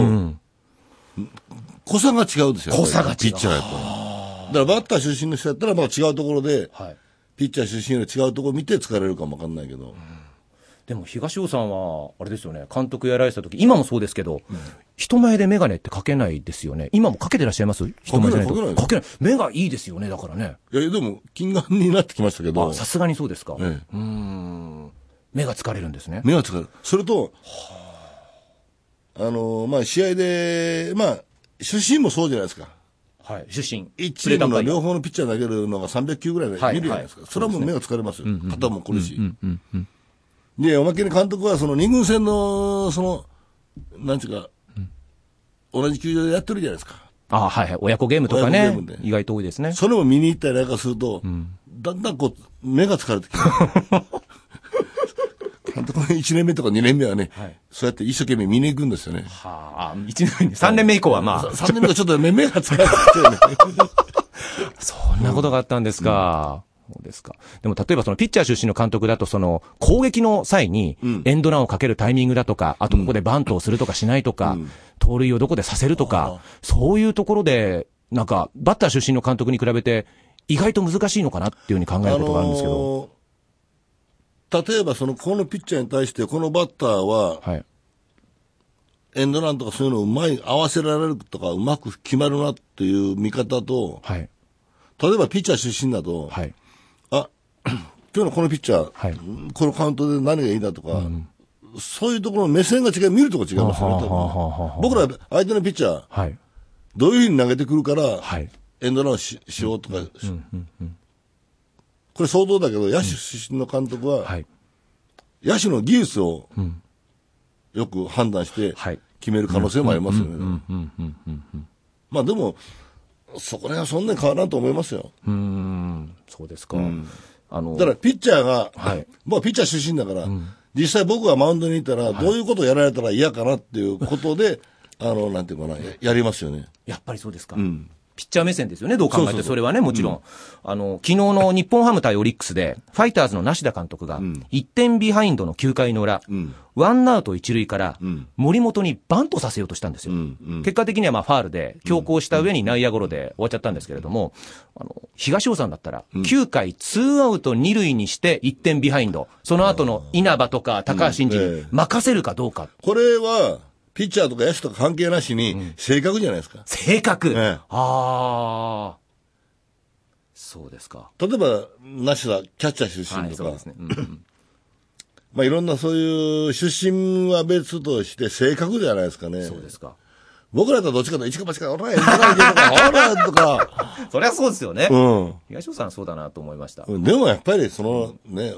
Speaker 3: 濃さが違うですよ。
Speaker 2: 濃さが違う
Speaker 3: ピッチャーやと。だからバッター出身の人やったら、まあ違うところで、
Speaker 2: はい。
Speaker 3: ピッチャー出身より違うところ見て疲れるかもわかんないけど、
Speaker 2: でも東尾さんは、あれですよね、監督やられてた時、今もそうですけど、人前で眼鏡ってかけないですよね。今もかけてらっしゃいます人前じゃないと。
Speaker 3: かけない
Speaker 2: か
Speaker 3: か
Speaker 2: けない。目がいいですよね、だからね。
Speaker 3: いや、でも、金眼になってきましたけど
Speaker 2: あ、、さすがにそうですか。
Speaker 3: ええ
Speaker 2: 目が疲れるんですね。
Speaker 3: 目が疲れる。それと、あのー、まあ試合で、まあ、出身もそうじゃないですか。
Speaker 2: はい。出身。
Speaker 3: 1チ
Speaker 2: プレ
Speaker 3: ーム
Speaker 2: 段
Speaker 3: の
Speaker 2: 階
Speaker 3: 両方のピッチャー投げるのが300球ぐらいで
Speaker 2: はい
Speaker 3: 見るじゃないですか。
Speaker 2: はい
Speaker 3: それはもう目が疲れますよ。肩も来るし。で、おまけに監督はその二軍戦の、その、なんていうか、同じ球場でやってるじゃないですか。
Speaker 2: あ、はいはい。親子ゲームとかね
Speaker 3: 親子ゲーム。で
Speaker 2: 意外と多いですね。
Speaker 3: それも見に行ったりなんかすると、だんだんこう、目が疲れてきて。監督の1年目とか2年目はね、
Speaker 2: はい
Speaker 3: そうやって一生懸命見に行くんですよね。
Speaker 2: はあ、一年目、三年目以降はまあ、
Speaker 3: 3年目がちょっとね目が疲れてきてね。
Speaker 2: そんなことがあったんですか。そうですか。でも例えばそのピッチャー出身の監督だとその攻撃の際にエンドランをかけるタイミングだとか、あとここでバントをするとかしないとか、盗塁をどこでさせるとか、そういうところで、なんかバッター出身の監督に比べて意外と難しいのかなっていうふうに考えることがあるんですけど。
Speaker 3: あのー例えばその、このピッチャーに対して、このバッターは、
Speaker 2: はい。
Speaker 3: エンドランとかそういうのをうまい、合わせられるとか、うまく決まるなっていう見方と、
Speaker 2: はい。
Speaker 3: 例えばピッチャー出身だと、
Speaker 2: はい。
Speaker 3: あ、 今日のこのピッチャー、
Speaker 2: はい
Speaker 3: このカウントで何がいいだとか、そういうところの目線が違う、見るところ違いますよね
Speaker 2: はあ
Speaker 3: 多
Speaker 2: はあはあは
Speaker 3: 分
Speaker 2: あ
Speaker 3: ね。僕ら相手のピッチャー、
Speaker 2: はい。
Speaker 3: どういうふうに投げてくるから、
Speaker 2: はい。
Speaker 3: エンドランししようとか、これ相当だけど、野手出身の監督は、
Speaker 2: はい。
Speaker 3: 野手の技術をよく判断して
Speaker 2: はい
Speaker 3: 決める可能性もありますよね。まあでも、そこら辺はそんなに変わらんと思いますよ。
Speaker 2: うーん。そうですか。あの、
Speaker 3: だからピッチャーが、
Speaker 2: はい
Speaker 3: まあピッチャー出身だから、実際僕がマウンドにいたら、どういうことをやられたら嫌かなっていうことで、あの、なんていうかな、ややりますよね。
Speaker 2: やっぱりそうですか。ピッチャー目線ですよね、どう考えても。それはね、もちろん。あの、昨日 の日本ハム対オリックスで、ファイターズの梨田監督が、1点ビハインドの9回の裏、ワンアウト1塁から、森本にバントさせようとしたんですよ。結果的にはまあファールで、強行した上に内野ゴロで終わっちゃったんですけれども、あの、東尾さんだったら、9回2アウト2塁にして1点ビハインド、その後の稲葉とか高橋真司
Speaker 3: うんえ
Speaker 2: に
Speaker 3: え
Speaker 2: 任せるかどうか。
Speaker 3: これは、ピッチャーとか野手とか関係なしに、正確じゃないですか。
Speaker 2: 正確。
Speaker 3: ええ
Speaker 2: ああ。そうですか。
Speaker 3: 例えば、ナシダ、キャッチャー出
Speaker 2: は
Speaker 3: 身
Speaker 2: い、
Speaker 3: と
Speaker 2: そう
Speaker 3: か
Speaker 2: で、すね。うん
Speaker 3: まあ、いろんなそういう出身は別として性格じゃないですかね。
Speaker 2: そうですか。
Speaker 3: 僕らとどっちかと一か八か、おら、えんとか、おら、とか。
Speaker 2: そりゃそうですよね。
Speaker 3: う
Speaker 2: 東尾さんそうだなと思いました。
Speaker 3: ん。でもやっぱり、そのね、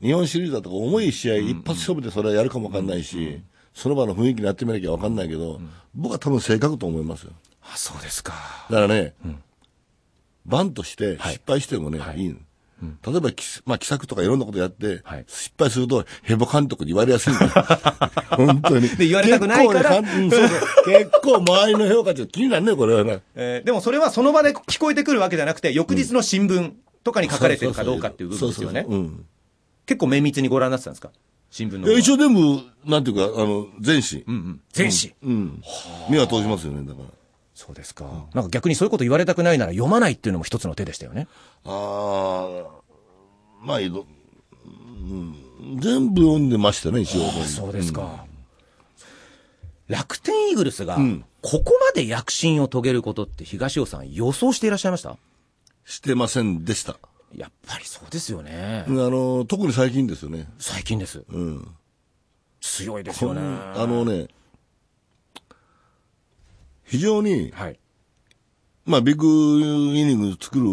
Speaker 3: 日本シリーズだとか重い試合、一発勝負でそれはやるかもわかんないし、その場の雰囲気になってみなきゃわかんないけど、僕は多分性格と思いますよ。
Speaker 2: あ、そうですか。
Speaker 3: だからね、バンとして失敗してもね、いいの例えばき、まあ、奇策とかいろんなことやって、
Speaker 2: はい
Speaker 3: 失敗すると、ヘボ監督に言われ やすいんだよ。本当に。
Speaker 2: で言われたくないから
Speaker 3: 結構,、うんそうそう結構周りの評価値が気になるね、これはな。
Speaker 2: えーでもそれはその場で聞こえてくるわけじゃなくて、翌日の新聞とかに書かれてるかどうかっていう部分ですよね
Speaker 3: そう。そうそううん
Speaker 2: 結構綿密にご覧になってたんですか新聞の
Speaker 3: い
Speaker 2: 方
Speaker 3: や
Speaker 2: は。
Speaker 3: 一応全部、なんていうか、あの、全紙。
Speaker 2: うんうん。全紙。
Speaker 3: うん。目は通しますよね、だから。
Speaker 2: そうですか。なんか逆にそういうこと言われたくないなら読まないっていうのも一つの手でしたよね。
Speaker 3: ああ、まあ、いろうん、全部読んでましたね、一応。
Speaker 2: そうですか。楽天イーグルスが、ここまで躍進を遂げることって東尾さん予想していらっしゃいました
Speaker 3: してませんでした。
Speaker 2: やっぱりそうですよね
Speaker 3: あ。の、特に最近ですよね。
Speaker 2: 最近です。
Speaker 3: うん。
Speaker 2: 強いですよね。
Speaker 3: あのね、非常に、
Speaker 2: はい。
Speaker 3: まあ、ビッグイニング作る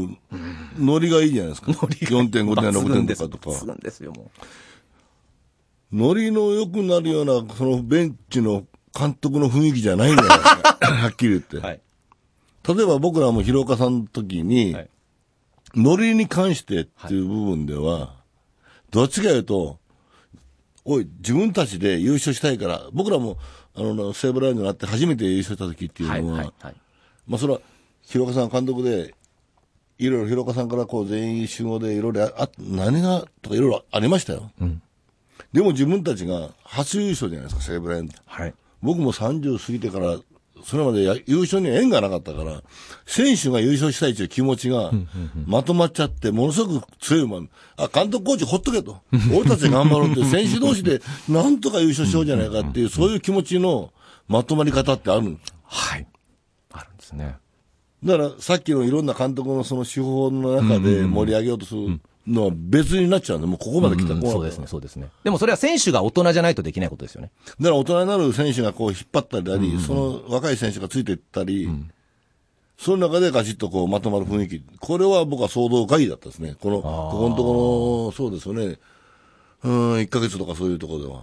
Speaker 3: ノリがいいじゃないですか。4.5点、
Speaker 2: 抜群
Speaker 3: 6
Speaker 2: で
Speaker 3: 点
Speaker 2: す
Speaker 3: とかと
Speaker 2: 抜
Speaker 3: か。
Speaker 2: 群ですよ、もう。
Speaker 3: ノリの良くなるような、そのベンチの監督の雰囲気じゃないんじゃないです か。はっきり言って。
Speaker 2: はい。
Speaker 3: 例えば僕らも広岡さんの時に、
Speaker 2: はい
Speaker 3: ノリに関してっていう部分では、どっちか言うと、おい、自分たちで優勝したいから、僕らも、あの、セーブラインになって初めて優勝した時っていう
Speaker 2: はい、
Speaker 3: のは、
Speaker 2: はい、はい。
Speaker 3: まあそれは、広岡さん監督で、いろいろ広岡さんからこう全員集合でいろいろあ、何が、とかいろいろありましたよ。でも自分たちが初優勝じゃないですか、セーブラインって。
Speaker 2: はい。
Speaker 3: 僕も30過ぎてから、それまでや優勝には縁がなかったから、選手が優勝したいという気持ちがまとまっちゃって、ものすごく強いもん。あ、監督コーチほっとけと。俺たち頑張ろ うって、選手同士でなんとか優勝しようじゃないかっていう、そういう気持ちのまとまり方ってあるんです
Speaker 2: はい。あるんですね。
Speaker 3: だからさっきのいろんな監督のその手法の中で盛り上げようとするのは別になっちゃうんで、もうここまで来たら、こ
Speaker 2: そうですね、そうですね。でもそれは選手が大人じゃないとできないことですよね。
Speaker 3: だから大人になる選手がこう引っ張ったり、その若い選手がついていったり、その中でガチッとこうまとまる雰囲気、これは僕は総動会議だったですね。この、ここのところの、そうですよね。うん、1ヶ月とかそういうところでは。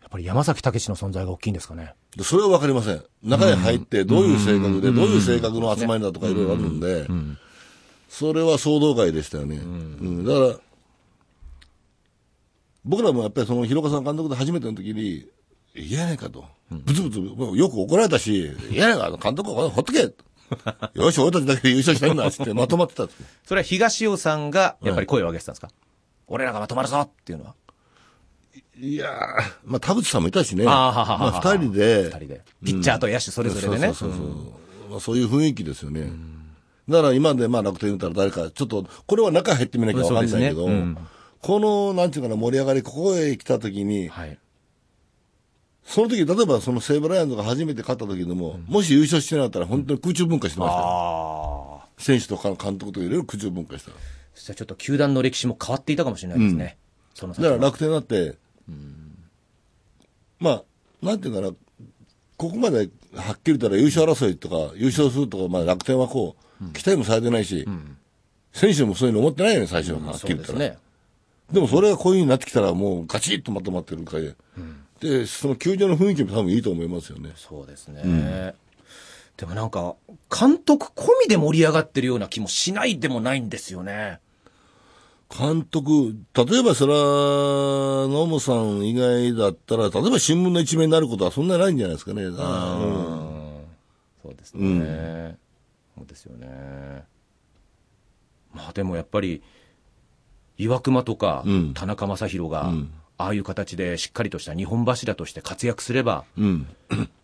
Speaker 2: やっぱり山崎武の存在が大きいんですかね。
Speaker 3: でそれはわかりません。中へ入って、どういう性格で、どういう性格の集まりだとかいろいろあるんで、それは総動会でしたよね。うんだから、僕らもやっぱりその広岡さん監督で初めての時に、いやないかと。ブツブツ、もうよく怒られたし、いやないか、監督はほっとけ。 よし、俺たちだけで優勝したいんだ、つってまとまってたんですよ。
Speaker 2: それは東尾さんが、やっぱり声を上げてたんですか、俺らがまとまるぞっていうのは。
Speaker 3: いやー、まあ田淵さんもいたしね。
Speaker 2: あーはははは
Speaker 3: まあ二人で。
Speaker 2: 二人で。ピッチャーと野手それぞれでね。
Speaker 3: そうそうそうそうまあ、そういう雰囲気ですよね。だから今でまあ楽天言ったら誰か、ちょっと、これは中入ってみなきゃわかんないけ
Speaker 2: そ
Speaker 3: ど、
Speaker 2: うですねうん
Speaker 3: この、なんていうかな、盛り上がり、ここへ来た時に、
Speaker 2: はい。
Speaker 3: その時、例えばその西武ライオンズが初めて勝った時でも、もし優勝してなかったら本当に空中分解してましたよ。
Speaker 2: ああ。
Speaker 3: 選手とか監督とかいろいろ空中分解した。
Speaker 2: そしたらちょっと球団の歴史も変わっていたかもしれないですね。その先
Speaker 3: だ
Speaker 2: は
Speaker 3: から楽天だって、まあ、なんていうかな、ここまではっきり言ったら優勝争いとか、優勝するとか、まあ、楽天はこう、期待もされてないし、選手もそういうの思ってないよね、最初は、はっき
Speaker 2: そう
Speaker 3: り言
Speaker 2: で
Speaker 3: った
Speaker 2: す
Speaker 3: ら。で
Speaker 2: ね。
Speaker 3: もそれがこういうふうになってきたら、もうガチッとまとまってるから、で、その球場の雰囲気も多分いいと思いますよね。
Speaker 2: そうですね。でもなんか、監督込みで盛り上がってるような気もしないでもないんですよね。
Speaker 3: 監督、例えばそれは、野茂さん以外だったら、例えば新聞の一面になることはそんなにないんじゃないですかね。うん
Speaker 2: そうですね、そうですよねまあでもやっぱり岩隈とか
Speaker 3: ん
Speaker 2: 田中将大が、ああいう形でしっかりとした日本柱として活躍すれば、
Speaker 3: うん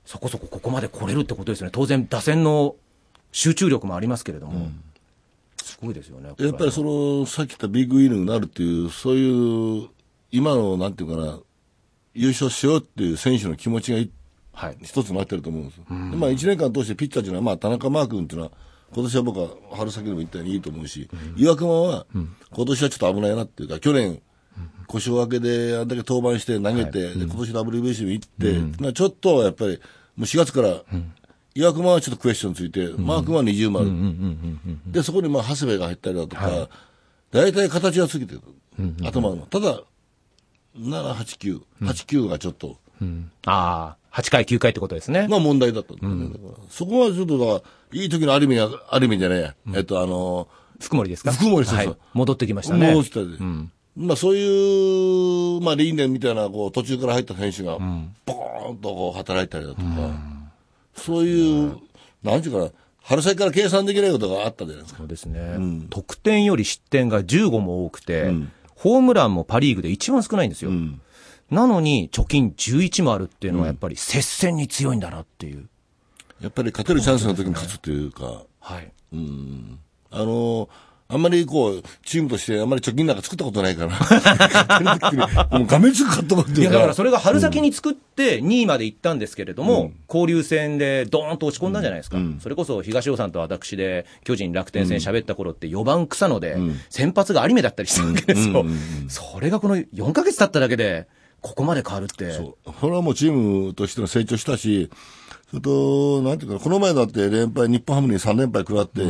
Speaker 2: そこそこここまで来れるってことですよね当然打線の集中力もありますけれども、すごいですよね
Speaker 3: やっぱりその、さっき言ったビッグイニングになるっていう、そういう、今の、なんていうかな、優勝しようっていう選手の気持ちがい
Speaker 2: はい
Speaker 3: 一つになってると思うんですよ。でまあ、一年間通してピッチャーっていうのは、まあ、田中マー君っていうのは、今年は僕は春先でも言ったようにいいと思うし、岩隈は、今年はちょっと危ないなっていうか、去年、故障明けであんだけ登板して投げて、で今年 WBC に行って、まあちょっとやっぱり、もう4月から、岩隈はちょっとクエスチョンついて、マー君は二重丸。で、そこにまあ、長谷部が入ったりだとか、大体形はつけてる。頭の。ただ、7、8、9。8、9がちょっと、
Speaker 2: ああ8回9回ってことですね
Speaker 3: が問題だったんだよね、だからそこはちょっとだから、いい時のアルミが、アルミじゃねえや、えっと、あのー
Speaker 2: 福森ですか
Speaker 3: 福森そうそう
Speaker 2: はい戻ってきましたね。
Speaker 3: もうしたで。まあそういう、まあリーネンみたいな、こう途中から入った選手が、ボーンとこう働いたりだとか、そういう、なんていうかな、春先から計算できないことがあったじゃないですか。
Speaker 2: そうですね、得点より失点が15も多くて、ホームランもパ・リーグで一番少ないんですよ、なのに貯金11もあるっていうのは、やっぱり接戦に強いんだなっていう、
Speaker 3: やっぱり勝てるチャンスの時に勝つというか、
Speaker 2: はい、
Speaker 3: あの、あんまりこう、チームとしてあんまり貯金なんか作ったことないから、 勝てる時にもう画面中買っとくっ
Speaker 2: い
Speaker 3: ていう
Speaker 2: や
Speaker 3: か。
Speaker 2: だからそれが春先に作って2位まで行ったんですけれども、交流戦でドーンと落ち込んだんじゃないですか、それこそ東尾さんと私で巨人、楽天戦喋った頃って4番草野で、先発が有目だったりしたわけですよ、それがこの4ヶ月経っただけで、ここまで変わるって、
Speaker 3: そうそれはもうチームとしての成長したし、それと、なんていうか、この前だって連敗、日本ハムに3連敗食らって、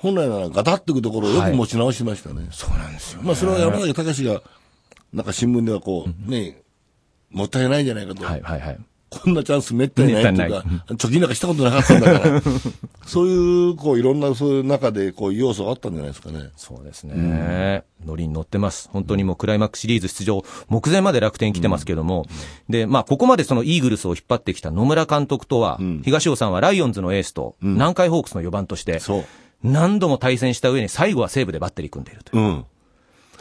Speaker 3: 本来ならガタってくところをよく持ち直しましたね。
Speaker 2: そうなんですよ、
Speaker 3: まあ、それは山崎隆が、なんか新聞ではこう、ね、もったいないんじゃないかと。
Speaker 2: はいはいはい、
Speaker 3: こんなチャンスめったにないっていう
Speaker 2: め
Speaker 3: か
Speaker 2: った、
Speaker 3: 貯金なんかしたことなかったんだから。 そういう、こう、いろんな、そういう中で、こう、要素があったんじゃないですかね。
Speaker 2: そうですね、ノリに乗ってます、本当にもうクライマックスシリーズ出場目前まで楽天来てますけども、でまあ、ここまでそのイーグルスを引っ張ってきた野村監督とは、東尾さんはライオンズのエースと、南海ホークスの4番として、
Speaker 3: そう
Speaker 2: 何度も対戦した上に、最後は西武でバッテリー組んでいるという、
Speaker 3: うん。
Speaker 2: な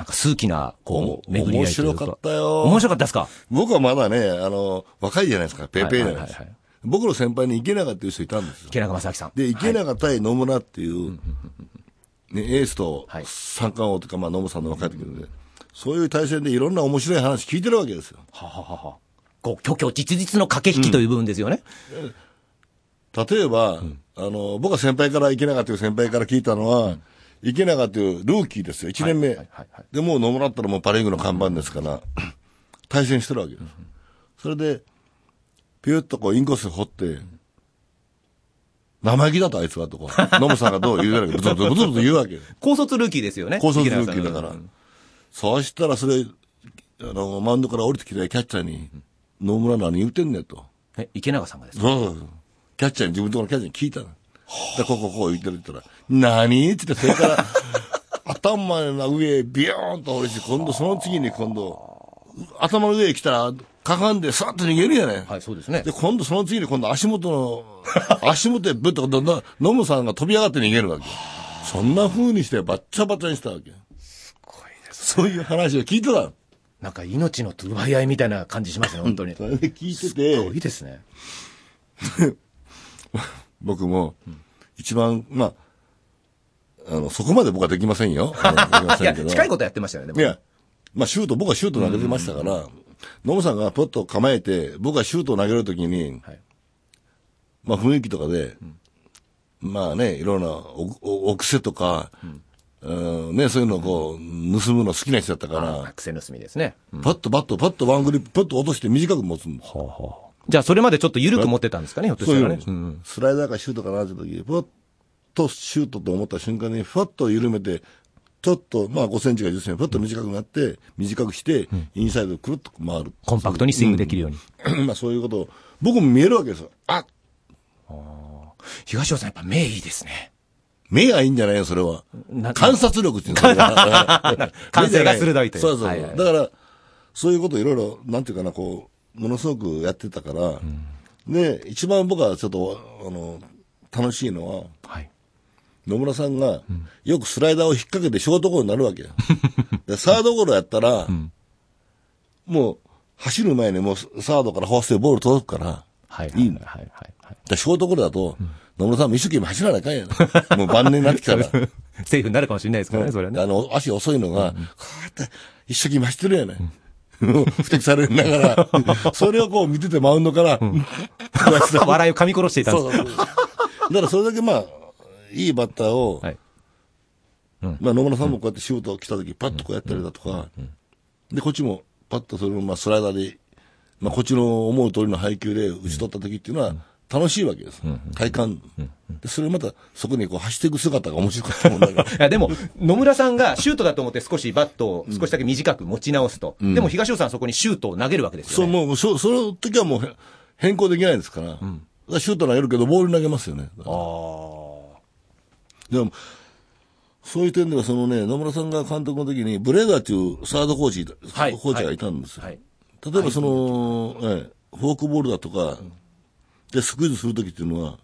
Speaker 2: んか数奇なこう
Speaker 3: お
Speaker 2: 巡り合いという
Speaker 3: 面白かったよ
Speaker 2: 面白かったですか、
Speaker 3: 僕はまだね、あの、若いじゃないですか。ペーペーじゃないで
Speaker 2: はいはい
Speaker 3: す
Speaker 2: は
Speaker 3: か
Speaker 2: いはい。
Speaker 3: 僕の先輩に池永っていう人いたんですよ。
Speaker 2: 池永正明さん。
Speaker 3: で、池永対野村っていう、ね、エースと
Speaker 2: はい
Speaker 3: 三冠王というか、まあ、野村さんの若い時で、そういう対戦でいろんな面白い話聞いてるわけですよ。
Speaker 2: ははははこう虚虚実実の駆け引きという部分ですよね。
Speaker 3: 例えば、あの、僕は先輩から、池永という先輩から聞いたのは、池永というルーキーですよ、1年目。
Speaker 2: はいはいはい
Speaker 3: で、もう野村だったらもうパリーグの看板ですから、対戦してるわけです。それで、ピュッとこうインコース掘って、生意気だとあいつはとか、野村さんがどう言うじゃないか、ブツブツブツブツ言うわけよ。
Speaker 2: 高卒ルーキーですよね。
Speaker 3: 高卒
Speaker 2: 池永
Speaker 3: ルー
Speaker 2: さん
Speaker 3: キーだから
Speaker 2: うん。
Speaker 3: そうしたらそれ、あの、マウンドから降りてきたキャッチャーに、野村何言ってんねんと。
Speaker 2: え池永さんがですか
Speaker 3: そうそうそう。キャッチャーに、自分のところのキャッチャーに聞いたの。で、こうこうこう言ってるって言ったら、何って言って、それから、 頭の上へビヨーンと掘りして、今度その次に今度、頭の上へ来たら、かかんで、さっと逃げるやねん。
Speaker 2: はい、そうですね
Speaker 3: で、。今度その次に今度足 元の、足元へぶっと、どんどん、ノムさんが飛び上がって逃げるわけ。そんな風にして、バッチャバチャにしたわけ。そういう話を聞いてた。
Speaker 2: なんか命の奪い合いみたいな感じします ね、本当に。
Speaker 3: それで聞いて
Speaker 2: す
Speaker 3: て
Speaker 2: ごい、ですね。
Speaker 3: 僕も、一番、まあ、あの、そこまで僕はできませんよ。あのできま
Speaker 2: い
Speaker 3: せ
Speaker 2: や、
Speaker 3: んけど
Speaker 2: 近いことやってましたよね、で
Speaker 3: い
Speaker 2: も。
Speaker 3: や、まあ、シュート、僕はシュート投げてましたから、ノムさんがポッと構えて、僕がシュートを投げるときに、
Speaker 2: はい
Speaker 3: まあ、雰囲気とかで、まあね、いろんなお、お、お癖とか、うん、ね、そういうのをこう、盗むの好きな人だったから、
Speaker 2: 癖盗みですね。
Speaker 3: パッとパッとパッとワングリップ、パッと落として短く持つんです。
Speaker 2: じゃあ、それまでちょっと緩く持ってたんですかね、ひょっと
Speaker 3: そ
Speaker 2: し
Speaker 3: うい
Speaker 2: た
Speaker 3: う
Speaker 2: ら
Speaker 3: の
Speaker 2: ね。うん
Speaker 3: スライダーかシュートかなって時、ふわっとシュートと思った瞬間に、ふわっと緩めて、ちょっと、まあ5センチか10センチ、ふわっと短くなって、短くして、インサイドくるっと回る。
Speaker 2: コンパクトにスイングできるように。
Speaker 3: まあそういうことを、僕も見えるわけですよ。あ
Speaker 2: 東尾さん、やっぱ名医ですね。
Speaker 3: 目がいいんじゃないよ、それは
Speaker 2: な。
Speaker 3: 観察力っていうのそれ は
Speaker 2: 感性が鋭いという
Speaker 3: そうそうそう
Speaker 2: はいはい
Speaker 3: だから、そういうことをいろいろ、なんていうかな、こう、ものすごくやってたから、で、一番僕はちょっと、あの、楽しいのは、
Speaker 2: はい。
Speaker 3: 野村さんが、よくスライダーを引っ掛けてショートゴロになるわ けよ。で、サードゴロやったら、もう、走る前にもうサードからファーストへボール届くから、
Speaker 2: はい。
Speaker 3: いい
Speaker 2: は
Speaker 3: ね
Speaker 2: はい。はい。
Speaker 3: でショートゴロだと、野村さんも一生懸命走らなきゃいけない。もう晩年になってきたら。
Speaker 2: セーフになるかもしれないですから ね、それはね。
Speaker 3: あの、足遅いのが、こうやって一生懸命走ってるやない。ふてくされなが ら、それをこう見ててマウンドから、こうやってた
Speaker 2: 笑いを噛み殺していたんです
Speaker 3: そうそうそうだからそれだけまあ、いいバッターを、
Speaker 2: はい
Speaker 3: まあ野村さんもこうやってシュート来た時、パッとこうやったりだとか、で、こっちもパッとそれをまあスライダーで、まあこっちの思う通りの配球で打ち取った時っていうのは楽しいわけです。体感。で、それをまたそこにこう走っていく姿が面白かったもんだ から。
Speaker 2: いやでも、野村さんがシュートだと思って少しバットを少しだけ短く持ち直すと。でも東尾さんはそこにシュートを投げるわけです
Speaker 3: そ
Speaker 2: よ
Speaker 3: う、
Speaker 2: ね。
Speaker 3: もう、そ、その時はもうへ変更できないですから。だからシュート投げるけど、ボール投げますよね。
Speaker 2: あ
Speaker 3: でも、そういう点では、そのね、野村さんが監督の時に、ブレーダーっていうサードコーチ、
Speaker 2: はい
Speaker 3: コーチがいたんですよ。
Speaker 2: はい。
Speaker 3: 例えばその、ええフォークボールだとか、で、スクイズするときっていうのは、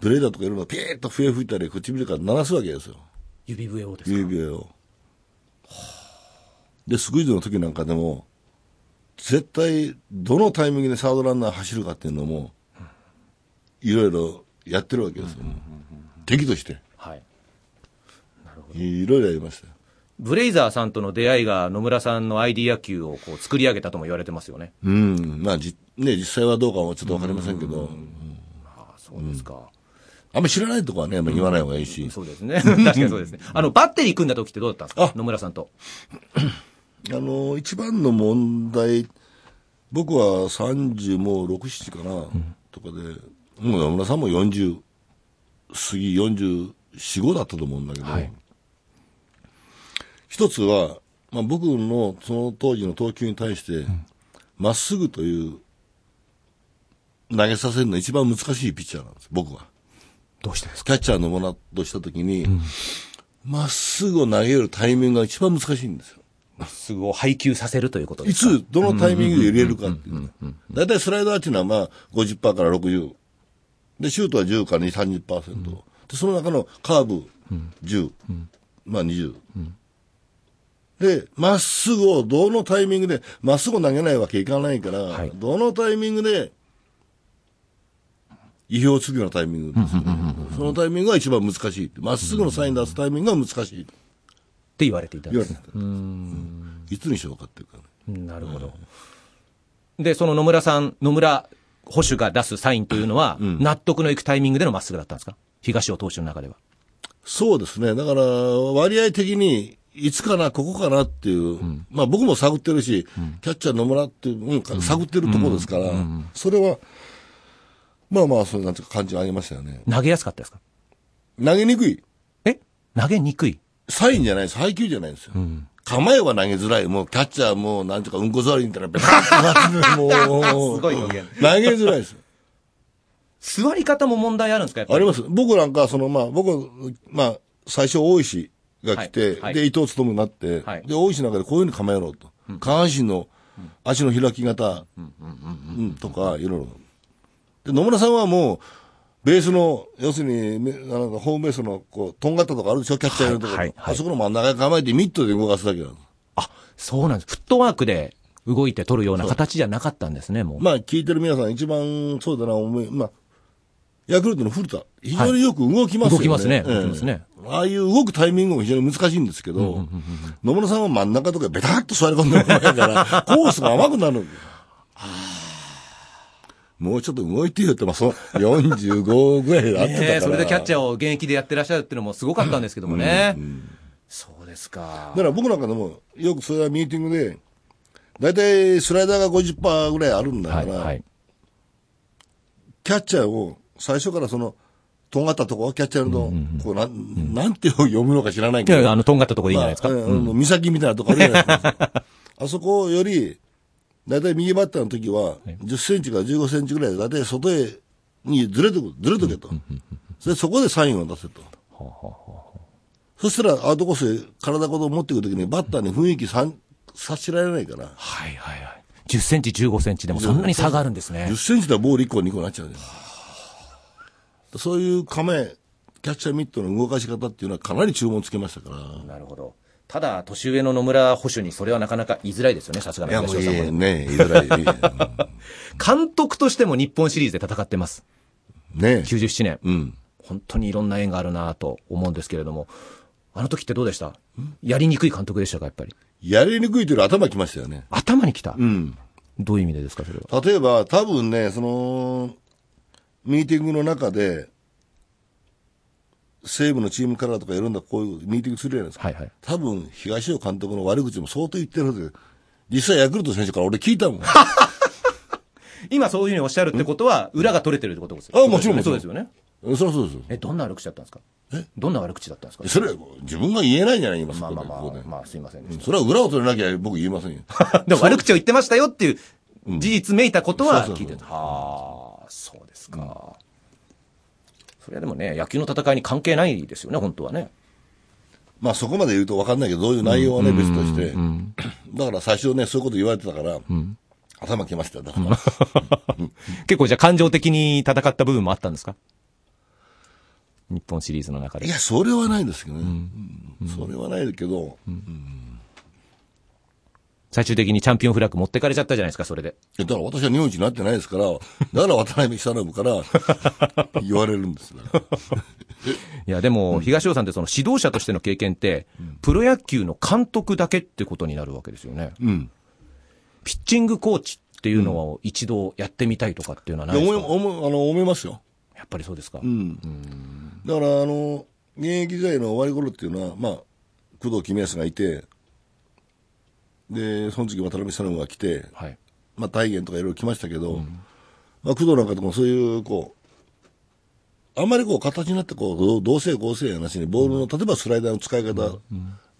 Speaker 3: ブレーダーとかいろんなピーッと笛吹いたり、唇から鳴らすわけですよ。
Speaker 1: 指笛をですか
Speaker 3: 指輪を。で、スクイズの時なんかでも、絶対、どのタイミングでサードランナー走るかっていうのも、いろいろやってるわけですよ。もう敵として。
Speaker 2: はい。
Speaker 3: いろいろやりましたよ。
Speaker 2: ブレイザーさんとの出会いが野村さんの ID 野球をこう作り上げたとも言われてますよね。
Speaker 3: うん。まあ、じ、ね、実際はどうかはちょっとわかりませんけど、
Speaker 2: ああ、そうですか。
Speaker 3: あんまり知らないとこはね、あんまり言わない方がいいし。
Speaker 2: そうですね。 確かにそうですね。あの、バッテリー組んだ時ってどうだったんですか
Speaker 3: あ
Speaker 2: 野村さんと。
Speaker 3: あの、一番の問題、僕は30もう6、7かな、とかで、もう野村さんも40過ぎ、44、5だったと思うんだけど、一つは、まあ、僕のその当時の投球に対して、ま、っすぐという、投げさせるの一番難しいピッチャーなんです、僕は。
Speaker 2: どうしてです
Speaker 3: キャッチャーのものとしたときに、ま、っすぐを投げるタイミングが一番難しいんですよ。
Speaker 2: まっすぐを配球させるということで
Speaker 3: い
Speaker 2: すか
Speaker 3: つ、どのタイミングで入れるかっていうね。大体スライダーっていうのはまあ50%から60。で、シュートは10から2、30%。で、その中のカーブ10、まあ20。で、まっすぐをどのタイミングで、まっすぐ投げないわけいかないから、
Speaker 2: はい
Speaker 3: どのタイミングで、意表をつくようなタイミングですよね。そのタイミングが一番難しい。まっすぐのサイン出すタイミングが難しい。
Speaker 2: って言われていたん
Speaker 3: 言
Speaker 2: で
Speaker 3: わ
Speaker 2: す
Speaker 3: れて。たいつにしようかっていうかね。
Speaker 2: なるほど。で、その野村さん、野村捕手が出すサインというのは、納得のいくタイミングでのまっすぐだったんですか東尾投手の中では。
Speaker 3: そうですね。だから、割合的に、いつかな、ここかなっていう、まあ僕も探ってるし、キャッチャー野村っていう、うん、探ってるところですから、それは、まあまあ、そういうなんていうか感じがありましたよね。
Speaker 2: 投げやすかったですか
Speaker 3: 投げにくい。
Speaker 2: え投げにくい
Speaker 3: サインじゃないです。配球じゃないですよ。構えは投げづらい。もう、キャッチャーもう、なんていうか、うんこ座りみたいな、ベタッと なってねもう、
Speaker 2: すごい表現
Speaker 3: 投げづらいです。
Speaker 2: 座り方も問題あるんですかやっぱ
Speaker 3: あり
Speaker 2: り。
Speaker 3: ます。僕なんか、その、まあ、僕、まあ、最初、大石が来て、
Speaker 2: はいはい
Speaker 3: で、伊藤勤になって、
Speaker 2: はい
Speaker 3: で、大石なんかでこういうふうに構えろと。下半身の足の開き方、うんとか、いろいろ。で、野村さんはもう、ベースの、要するに、めあのホームベースの、こう、とんがったとかあるでしょキャッチャーのところ、
Speaker 2: はいはいはい
Speaker 3: あそこの真ん中に構えてミットで動かすだけなの。
Speaker 2: あ、そうなんです。フットワークで動いて取るような形じゃなかったんですね、もう。
Speaker 3: まあ、聞いてる皆さん、一番、そうだな、思い、まあ、ヤクルトの古田、非常によく動きますよね。
Speaker 2: 動きますね
Speaker 3: ええ
Speaker 2: 動きますね
Speaker 3: ああいう動くタイミングも非常に難しいんですけど、野村さんは真ん中とかベタッと座り込んでも らえから、コースが甘くなる。もうちょっと動いてよって、まあ、その45ぐらいであってたから。
Speaker 2: ねえ、それでキャッチャーを現役でやってらっしゃるっていうのもすごかったんですけどもね。そうですか
Speaker 3: だ。から僕なんかでも、よくそれはミーティングで、大体スライダーが50%ぐらいあるんだか
Speaker 2: はい、
Speaker 3: ら、
Speaker 2: はい。
Speaker 3: キャッチャーを最初からその、とんがったとこはキャッチャーの、こうなん、なんて読むのか知らない
Speaker 2: い
Speaker 3: け
Speaker 2: やい
Speaker 3: ど。
Speaker 2: やあの、とんがったところでいいんじゃないですか。
Speaker 3: まあうんうん岬みたいなとこあるじゃないです か。あそこより、だいたい右バッターの時は、10センチから15センチぐらいで、だいたい外へにずれてく、ずれとけと。それでそこでサインを出せと。そしたら、アウトコースへ体ごと持ってくる時に、バッターに雰囲気さん察しられないから、
Speaker 2: はいはいはい。10センチ、15センチでもそんなに差があるんですね
Speaker 3: 10。センチではボール1個2個になっちゃうじゃんそういう構え、キャッチャーミットの動かし方っていうのはかなり注文つけましたから。
Speaker 2: なるほど。ただ、年上の野村捕手にそれはなかなか言いづらいですよね、さすがの東尾さん も。
Speaker 3: ねえ、言いづらい。
Speaker 2: 監督としても日本シリーズで戦ってます。
Speaker 3: ねえ。
Speaker 2: 97年。
Speaker 3: うん。
Speaker 2: 本当にいろんな縁があるなと思うんですけれども、あの時ってどうでしたやりにくい監督でしたか、やっぱり。
Speaker 3: やりにくいというより頭きましたよね。
Speaker 2: 頭にきた、
Speaker 3: うん。
Speaker 2: どういう意味でですか、それは。
Speaker 3: 例えば、多分ね、その、ミーティングの中で、西部のチームカラーとかいろんなこういうミーティングするじゃないですか。
Speaker 2: はいはい。
Speaker 3: 多分、東尾監督の悪口も相当言ってるはずで、実際ヤクルト選手から俺聞いたも ん。
Speaker 2: 今そういうふうにおっしゃるってことは、裏が取れてるってことです
Speaker 3: よあもちろん
Speaker 2: そうですよね。
Speaker 3: うんそりゃそうですよ。
Speaker 2: え、どんな悪口だったんですか
Speaker 3: え
Speaker 2: どんな悪口だったんですか
Speaker 3: それは自分が言えないじゃない、今、
Speaker 2: まあまあま
Speaker 3: そこで
Speaker 2: あ、
Speaker 3: ここで
Speaker 2: まあすいませんでした
Speaker 3: それは裏を取れなきゃ僕言いません よ。
Speaker 2: でも悪口を言ってましたよっていう事実めいたことは
Speaker 3: そうそ
Speaker 2: 聞いうて
Speaker 3: そう
Speaker 2: た。はあ、そうですか。それはでもね、野球の戦いに関係ないですよね、本当はね。
Speaker 3: まあそこまで言うと分かんないけど、どういう内容はね、別として。だから最初ね、そういうこと言われてたから、頭きましたよだから。
Speaker 2: 結構じゃあ感情的に戦った部分もあったんですか日本シリーズの中
Speaker 3: い
Speaker 2: で。
Speaker 3: や、それはないですけどね。うんそれはないけど、
Speaker 2: 最終的にチャンピオンフラッグ持ってかれちゃったじゃないですか、それで。
Speaker 3: いやだから私は日本一になってないですから、だから渡辺久信から言われるん ですよ。
Speaker 2: いや、でも、東尾さんってその指導者としての経験って、プロ野球の監督だけってことになるわけですよね。
Speaker 3: うん。
Speaker 2: ピッチングコーチっていうのを一度やってみたいとかっていうのはないです
Speaker 3: 思い、
Speaker 2: か
Speaker 3: 思い、あの、思いますよ。
Speaker 2: やっぱりそうですか。
Speaker 3: だから、あの、現役時代の終わり頃っていうのは、まあ、工藤公康がいて、で、その時渡辺久信が来て、
Speaker 2: はい。
Speaker 3: まあ、体現とかいろいろ来ましたけど、まあ、工藤なんかともそういう、こう、あんまりこう、形になって、こうどう、同性合成やなしに、ボールの、例えばスライダーの使い方、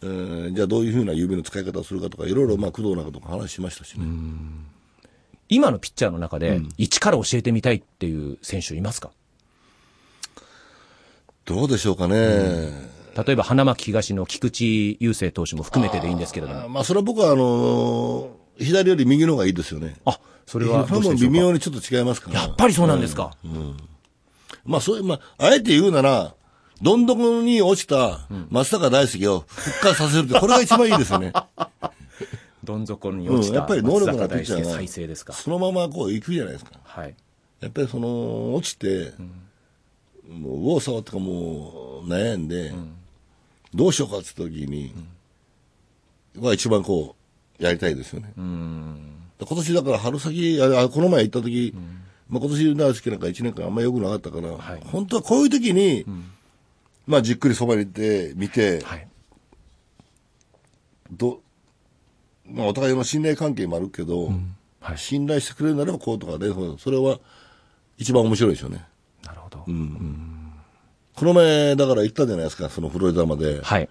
Speaker 3: えーじゃあどういうふうな指の使い方をするかとか、いろいろ、まあ、工藤なんかとも話しましたしね。
Speaker 2: 今のピッチャーの中で、一から教えてみたいっていう選手いますか
Speaker 3: どうでしょうかね。
Speaker 2: 例えば、花巻東の菊池雄星投手も含めてでいいんですけれども。
Speaker 3: あまあ、それは僕は、あのー左より右の方がいいですよね。
Speaker 2: あ、それは
Speaker 3: フ
Speaker 2: ど
Speaker 3: ァ
Speaker 2: う
Speaker 3: ン
Speaker 2: して
Speaker 3: も
Speaker 2: でしょう
Speaker 3: 微
Speaker 2: か
Speaker 3: 妙にちょっと違いますから。
Speaker 2: やっぱりそうなんですか。
Speaker 3: まあそういう、まあ、あえて言うなら、どんどこに落ちた松坂大輔を復活させるって、これが一番いいですよね。
Speaker 2: どん底に 落ち
Speaker 3: うん
Speaker 2: た、
Speaker 3: やっぱり能力のあるピッ
Speaker 2: 松
Speaker 3: チャ
Speaker 2: 坂
Speaker 3: ー
Speaker 2: 大輔
Speaker 3: が
Speaker 2: 再生ですか。
Speaker 3: そのままこう行くじゃないですか。
Speaker 2: はい。
Speaker 3: やっぱりその、落ちて、もう、ウォーサーとかもう悩んで、どうしようかって時に、は一番こう、やりたいですよね。今年だから春先、ああこの前行った時、まあ今年大好きなんか1年間あんま良くなかったから、
Speaker 2: い
Speaker 3: 本当はこういう時に、まあじっくりそばにいて、見て、
Speaker 2: はい。
Speaker 3: どまあ、お互いの信頼関係もあるけど、
Speaker 2: はい
Speaker 3: 信頼してくれるならばこうとかね、そそれは一番面白いでしょうね。
Speaker 2: なるほど。
Speaker 3: この前、だから行ったじゃないですか、そのフロリダまで。
Speaker 2: はい。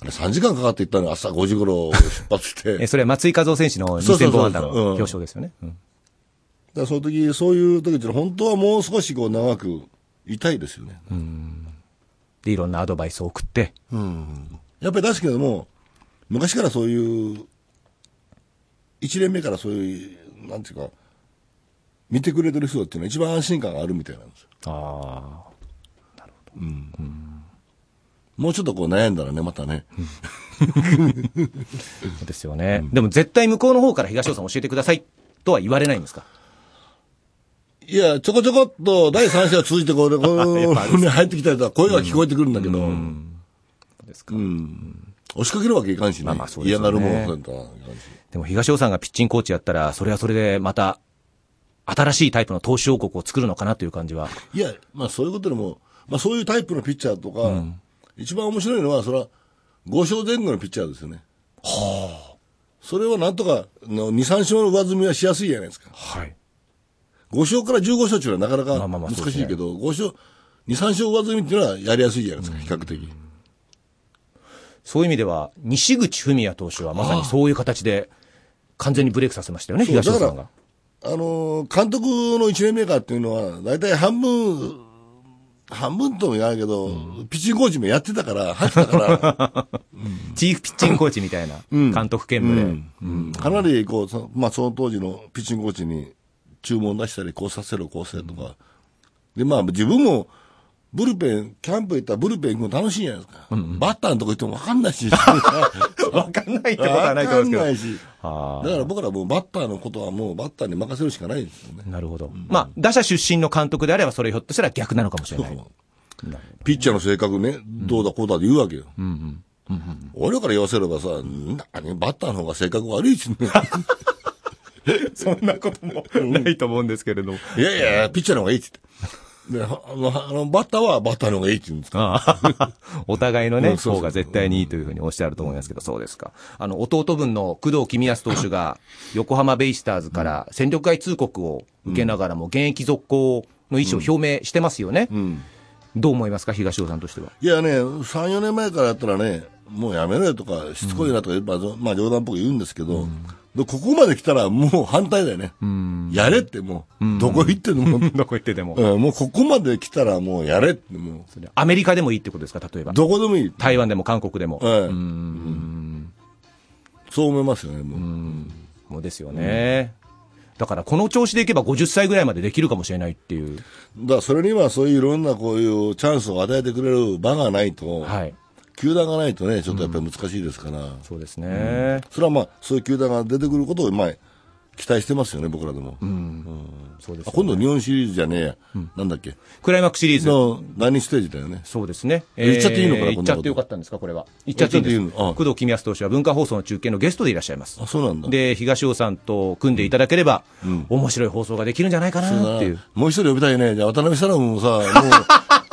Speaker 3: あれ3時間かかって行ったのに朝5時頃出発して。
Speaker 2: え、
Speaker 3: だか
Speaker 2: それは松井稼頭選手の
Speaker 3: そうそうそう
Speaker 2: 2000本安打の
Speaker 3: うん
Speaker 2: 表彰ですよね。うん
Speaker 3: らその時、そういう時っていうのは本当はもう少しこう長くいたいですよね。
Speaker 2: で、いろんなアドバイスを送って、
Speaker 3: やっぱり大好きなのも、昔からそういう、1年目からそういう、なんていうか、見てくれてる人っていうのは一番安心感があるみたいなんですよ。
Speaker 2: ああ。
Speaker 3: もうちょっとこう悩んだらね、またね。
Speaker 2: そうですよね。でも絶対向こうの方から東尾さん教えてくださいとは言われないんですか
Speaker 3: いや、ちょこちょこっと第三者を通じてこう、こう、ね、 入ってきたりとか声が聞こえてくるんだけど、
Speaker 2: そうですか。
Speaker 3: 押しかけるわけいかんしね。
Speaker 2: まあまあそうです
Speaker 3: 嫌
Speaker 2: よね
Speaker 3: がるものだったらいかんし。
Speaker 2: でも東尾さんがピッチングコーチやったら、それはそれでまた、新しいタイプの投手王国を作るのかなという感じは。
Speaker 3: いや、まあそういうことでも、まあそういうタイプのピッチャーとか、一番面白いのは、それは5勝前後のピッチャーですよね。はあ。それはなんとかの2、3勝の上積みはしやすいじゃないですか。
Speaker 2: はい。
Speaker 3: 5勝から15勝っていうのはなかな
Speaker 2: まあ
Speaker 3: か
Speaker 2: まあまあ
Speaker 3: 難
Speaker 2: そうです
Speaker 3: し
Speaker 2: ね
Speaker 3: いけど、5勝、2、3勝上積みっていうのはやりやすいじゃないですか、比較的。
Speaker 2: そういう意味では、西口文也投手はまさにそういう形で、完全にブレイクさせましたよね、
Speaker 3: そう
Speaker 2: 東尾さんが
Speaker 3: だか。あのー、監督の1年目からっていうのは、大体半分、半分とも言わないけど、ピッチングコーチもやってたから、入ってた から、
Speaker 2: チーフピッチングコーチみたいな、監督兼務で。
Speaker 3: かなりこう、そまあ、その当時のピッチングコーチに注文出したり、こうさせろ、こうせろとか。で、まあ、自分も、ブルペン、キャンプ行ったらブルペン行くの楽しいじゃないですか。バッターのとこ行っても分かん ないし。
Speaker 2: わかんないってことはない
Speaker 3: 分
Speaker 2: と思
Speaker 3: か
Speaker 2: うんです
Speaker 3: ん
Speaker 2: けど
Speaker 3: な。いし。
Speaker 2: あ
Speaker 3: だから僕らもうバッターのことはもうバッターに任せるしかないんですよね。
Speaker 2: なるほど。まあ、打者出身の監督であれば、それひょっとしたら逆なのかもしれない。
Speaker 3: ピッチャーの性格ね、どうだこうだって言うわけよ。俺らから言わせればさ、何バッターの方が性格悪いしね。
Speaker 2: そんなこともないと思うんですけれども。
Speaker 3: いやいやいや、ピッチャーの方がいいって言って。で、あの、あのバッターはバッターの方がいいって言うんですか。
Speaker 2: あ あお互いのね、
Speaker 3: うんそうそう
Speaker 2: 方が絶対にいいというふうにおっしゃると思いますけど、そうですか。あの、弟分の工藤公康投手 が、横浜ベイスターズから戦力外通告を受けながらも、現役続行の意思を表明してますよね。どう思いますか、東尾さんとしては。
Speaker 3: いやね、3、4年前からやったらね、もうやめろよとか、しつこいなとか、まあ、まあ冗談っぽく言うんですけど、でここまで来たらもう反対だよね。やれってもう、どこ行ってでも、
Speaker 2: どこ行ってでも。
Speaker 3: うん、もうここまで来たらもうやれっても
Speaker 2: アメリカでもいいってことですか、例えば
Speaker 3: う、。どこでもいい。
Speaker 2: 台湾でも韓国でも。
Speaker 3: はいそう思いますよね、もう。
Speaker 2: もうですよね。だからこの調子でいけば50歳ぐらいまでできるかもしれないっていう。
Speaker 3: だからそれにはそういういろんなこういうチャンスを与えてくれる場がないと、
Speaker 2: はい。
Speaker 3: 球団がないとね、ちょっとやっぱり難しいですから、
Speaker 2: そうですね。
Speaker 3: それはまあ、そういう球団が出てくることを、まあ、期待してますよね、僕らでも。
Speaker 2: そうです
Speaker 3: あ
Speaker 2: よ。
Speaker 3: 今度日本シリーズじゃねえや、なんだっけ。
Speaker 2: クライマックスシリーズ。
Speaker 3: の、何ステージだよね。
Speaker 2: そうですね。
Speaker 3: 言っちゃっていいのかな
Speaker 2: えー言
Speaker 3: こ
Speaker 2: っ
Speaker 3: ん
Speaker 2: ち
Speaker 3: な
Speaker 2: ゃ
Speaker 3: こと
Speaker 2: ってよかったんですか、これは。言っちゃっていいんです。
Speaker 3: 言っちゃっていいのああ
Speaker 2: 工藤公康投手は文化放送の中継のゲストでいらっしゃいます。
Speaker 3: あ、そうなんだ。
Speaker 2: で、東尾さんと組んでいただければ、面白い放送ができるんじゃないか
Speaker 3: そうだ
Speaker 2: な
Speaker 3: な
Speaker 2: っていう。
Speaker 3: もう一人呼びたいね。じゃあ、渡辺さらもさ、 もう、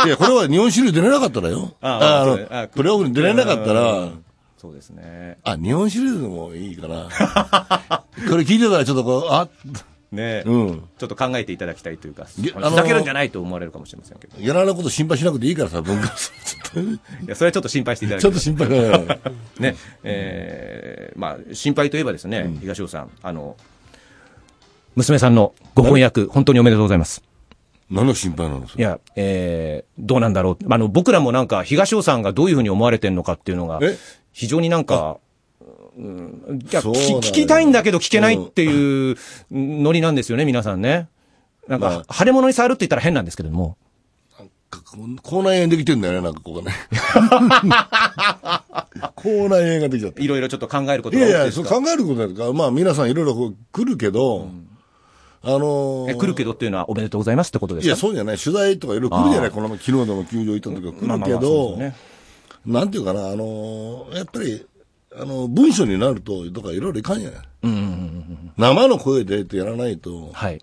Speaker 3: いや、これは日本シリーズ出れなかったらよ。
Speaker 2: あ
Speaker 3: ああ
Speaker 2: そう
Speaker 3: の
Speaker 2: ねあ
Speaker 3: プレーオフに出れなかったら、
Speaker 2: そうですね。
Speaker 3: あ、日本シリーズもいいかな。 これ聞いてたらちょっとこう、あ、
Speaker 2: ね、
Speaker 3: うん
Speaker 2: ちょっと考えていただきたいというか、
Speaker 3: げ
Speaker 2: ふ
Speaker 3: あの
Speaker 2: ざけるんじゃないと思われるかもしれませんけど。
Speaker 3: やらないこと心配しなくていいからさ、文化祭ちょっ
Speaker 2: いや、それはちょっと心配していただ
Speaker 3: と、
Speaker 2: き
Speaker 3: ちょ
Speaker 2: たい
Speaker 3: っと心配だよ。
Speaker 2: ね、えーまあ、心配といえばですね、東尾さん、あの、娘さんのご婚約、本当におめでとうございます。
Speaker 3: 何の心配なのそ
Speaker 2: い
Speaker 3: れ
Speaker 2: や、えー、どうなんだろう。あの、僕らもなんか、東尾さんがどういうふうに思われてるのかっていうのが
Speaker 3: え、
Speaker 2: 非常になんか、うん、いや
Speaker 3: そ
Speaker 2: 聞
Speaker 3: うなのよ
Speaker 2: き聞きたいんだけど聞けないっていうノリなんですよね、皆さんね。なん
Speaker 3: ま
Speaker 2: か、腫れ物に触るって言ったら変なんですけども。
Speaker 3: 口内炎できてんだよね、なんかこ こね。口内炎ができちゃった。
Speaker 2: いろいろちょっと考えること
Speaker 3: い
Speaker 2: が多
Speaker 3: や
Speaker 2: く
Speaker 3: い
Speaker 2: て
Speaker 3: や、
Speaker 2: です
Speaker 3: そう
Speaker 2: か
Speaker 3: 考えることだとか、まあ皆さんいろいろこう来るけど、あのー
Speaker 2: え来るけどっていうのはおめでとうございますってことで
Speaker 3: い
Speaker 2: す
Speaker 3: や、
Speaker 2: か
Speaker 3: そうじゃない。取材とかいろいろ来るじゃな
Speaker 2: あ
Speaker 3: い。この前昨日でも球場行った時は
Speaker 2: まあまあ
Speaker 3: 来るけ
Speaker 2: まあそう
Speaker 3: ど、
Speaker 2: ですよね
Speaker 3: なんていうかな、あのーやっぱり、あのー文章になると、とかいろいろいかんやない。生の声でってやらないと、
Speaker 2: はい。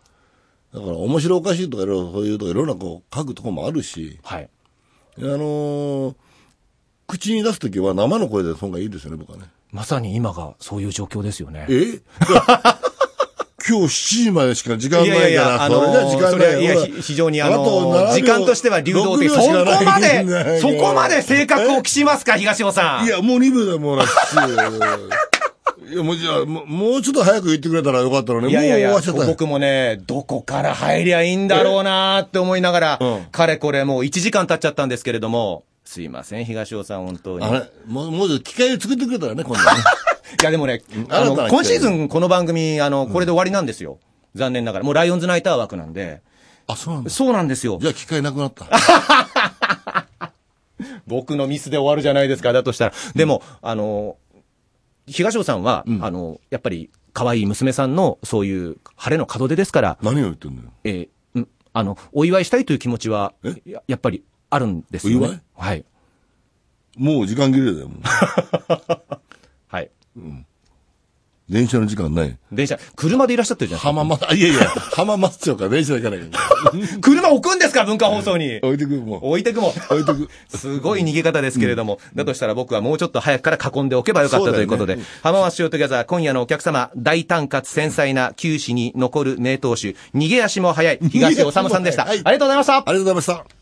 Speaker 3: だから面白おかしいとかいろいろそういうとかいろいろなこう書くとこもあるし、
Speaker 2: はい。
Speaker 3: あのー口に出すときは生の声でそんがいいですよね、僕はね。
Speaker 2: まさに今がそういう状況ですよね。
Speaker 3: え 今日7時までしか時間ないから、それじゃ時間
Speaker 2: そ
Speaker 3: ない
Speaker 2: れ
Speaker 3: よ
Speaker 2: いや、
Speaker 3: ほら
Speaker 2: ひ非常にあ
Speaker 3: あと
Speaker 2: の、
Speaker 3: 7
Speaker 2: 時間としては流動的。
Speaker 3: 6
Speaker 2: そ
Speaker 3: 秒しかない
Speaker 2: こまで、
Speaker 3: ね
Speaker 2: そこまで性格を期しますか、東尾さん。
Speaker 3: いや、もう2秒だよ、もうな、 いや、もうじゃあ、もうもうちょっと早く言ってくれたらよかったのね。
Speaker 2: いやいやい
Speaker 3: も
Speaker 2: や
Speaker 3: う終わっちゃったよ。
Speaker 2: 僕もね、どこから入りゃいいんだろうなーって思いながら、
Speaker 3: うん
Speaker 2: かれこれもう1時間経っちゃったんですけれども、すいません、東尾さん、本当に。
Speaker 3: あれ、もう、もうちょっと機会を作ってくれたらね、今 度はね。
Speaker 2: いや、でもね、あの、
Speaker 3: 新たな機会
Speaker 2: 今シーズンこの番組、あの、これで終わりなんですよ。残念ながら。もうライオンズナイター枠なんで。
Speaker 3: あ、そうなんだ。
Speaker 2: そうなんですよ
Speaker 3: じ。ゃあ、機会なくなった。
Speaker 2: 僕のミスで終わるじゃないですか、だとしたら。でも、あの、東尾さんは、あの、やっぱり、可愛い娘さんの、そういう、晴れの門出ですから、
Speaker 3: 何を言ってんだよ。
Speaker 2: えーんあの、お祝いしたいという気持ちは、ややっぱり、あるんですよ、ね。
Speaker 3: お祝い
Speaker 2: はい。
Speaker 3: もう時間切れだ よ、もう。
Speaker 2: はい。
Speaker 3: 電車の時間ない。
Speaker 2: 電車、車でいらっしゃってるじゃない
Speaker 3: 浜松、あ、いやいや、浜松町から電車で行か ないから。
Speaker 2: ですか。車置くんですか、文化放送に。
Speaker 3: 置いてく、もう。
Speaker 2: 置いてくもん。
Speaker 3: 置いてく。
Speaker 2: すごい逃げ方ですけれども、だとしたら僕はもうちょっと早くから囲んでおけばよかっ
Speaker 3: そ
Speaker 2: た
Speaker 3: うだ
Speaker 2: とい
Speaker 3: よ
Speaker 2: う
Speaker 3: ね
Speaker 2: ことで、浜松塩トギャザー、今夜のお客様、大胆かつ繊細な球史に残る名投手、逃げ足も早い、東尾治さんでした。
Speaker 3: はい
Speaker 2: ありがとうございました。
Speaker 3: ありがとうございました。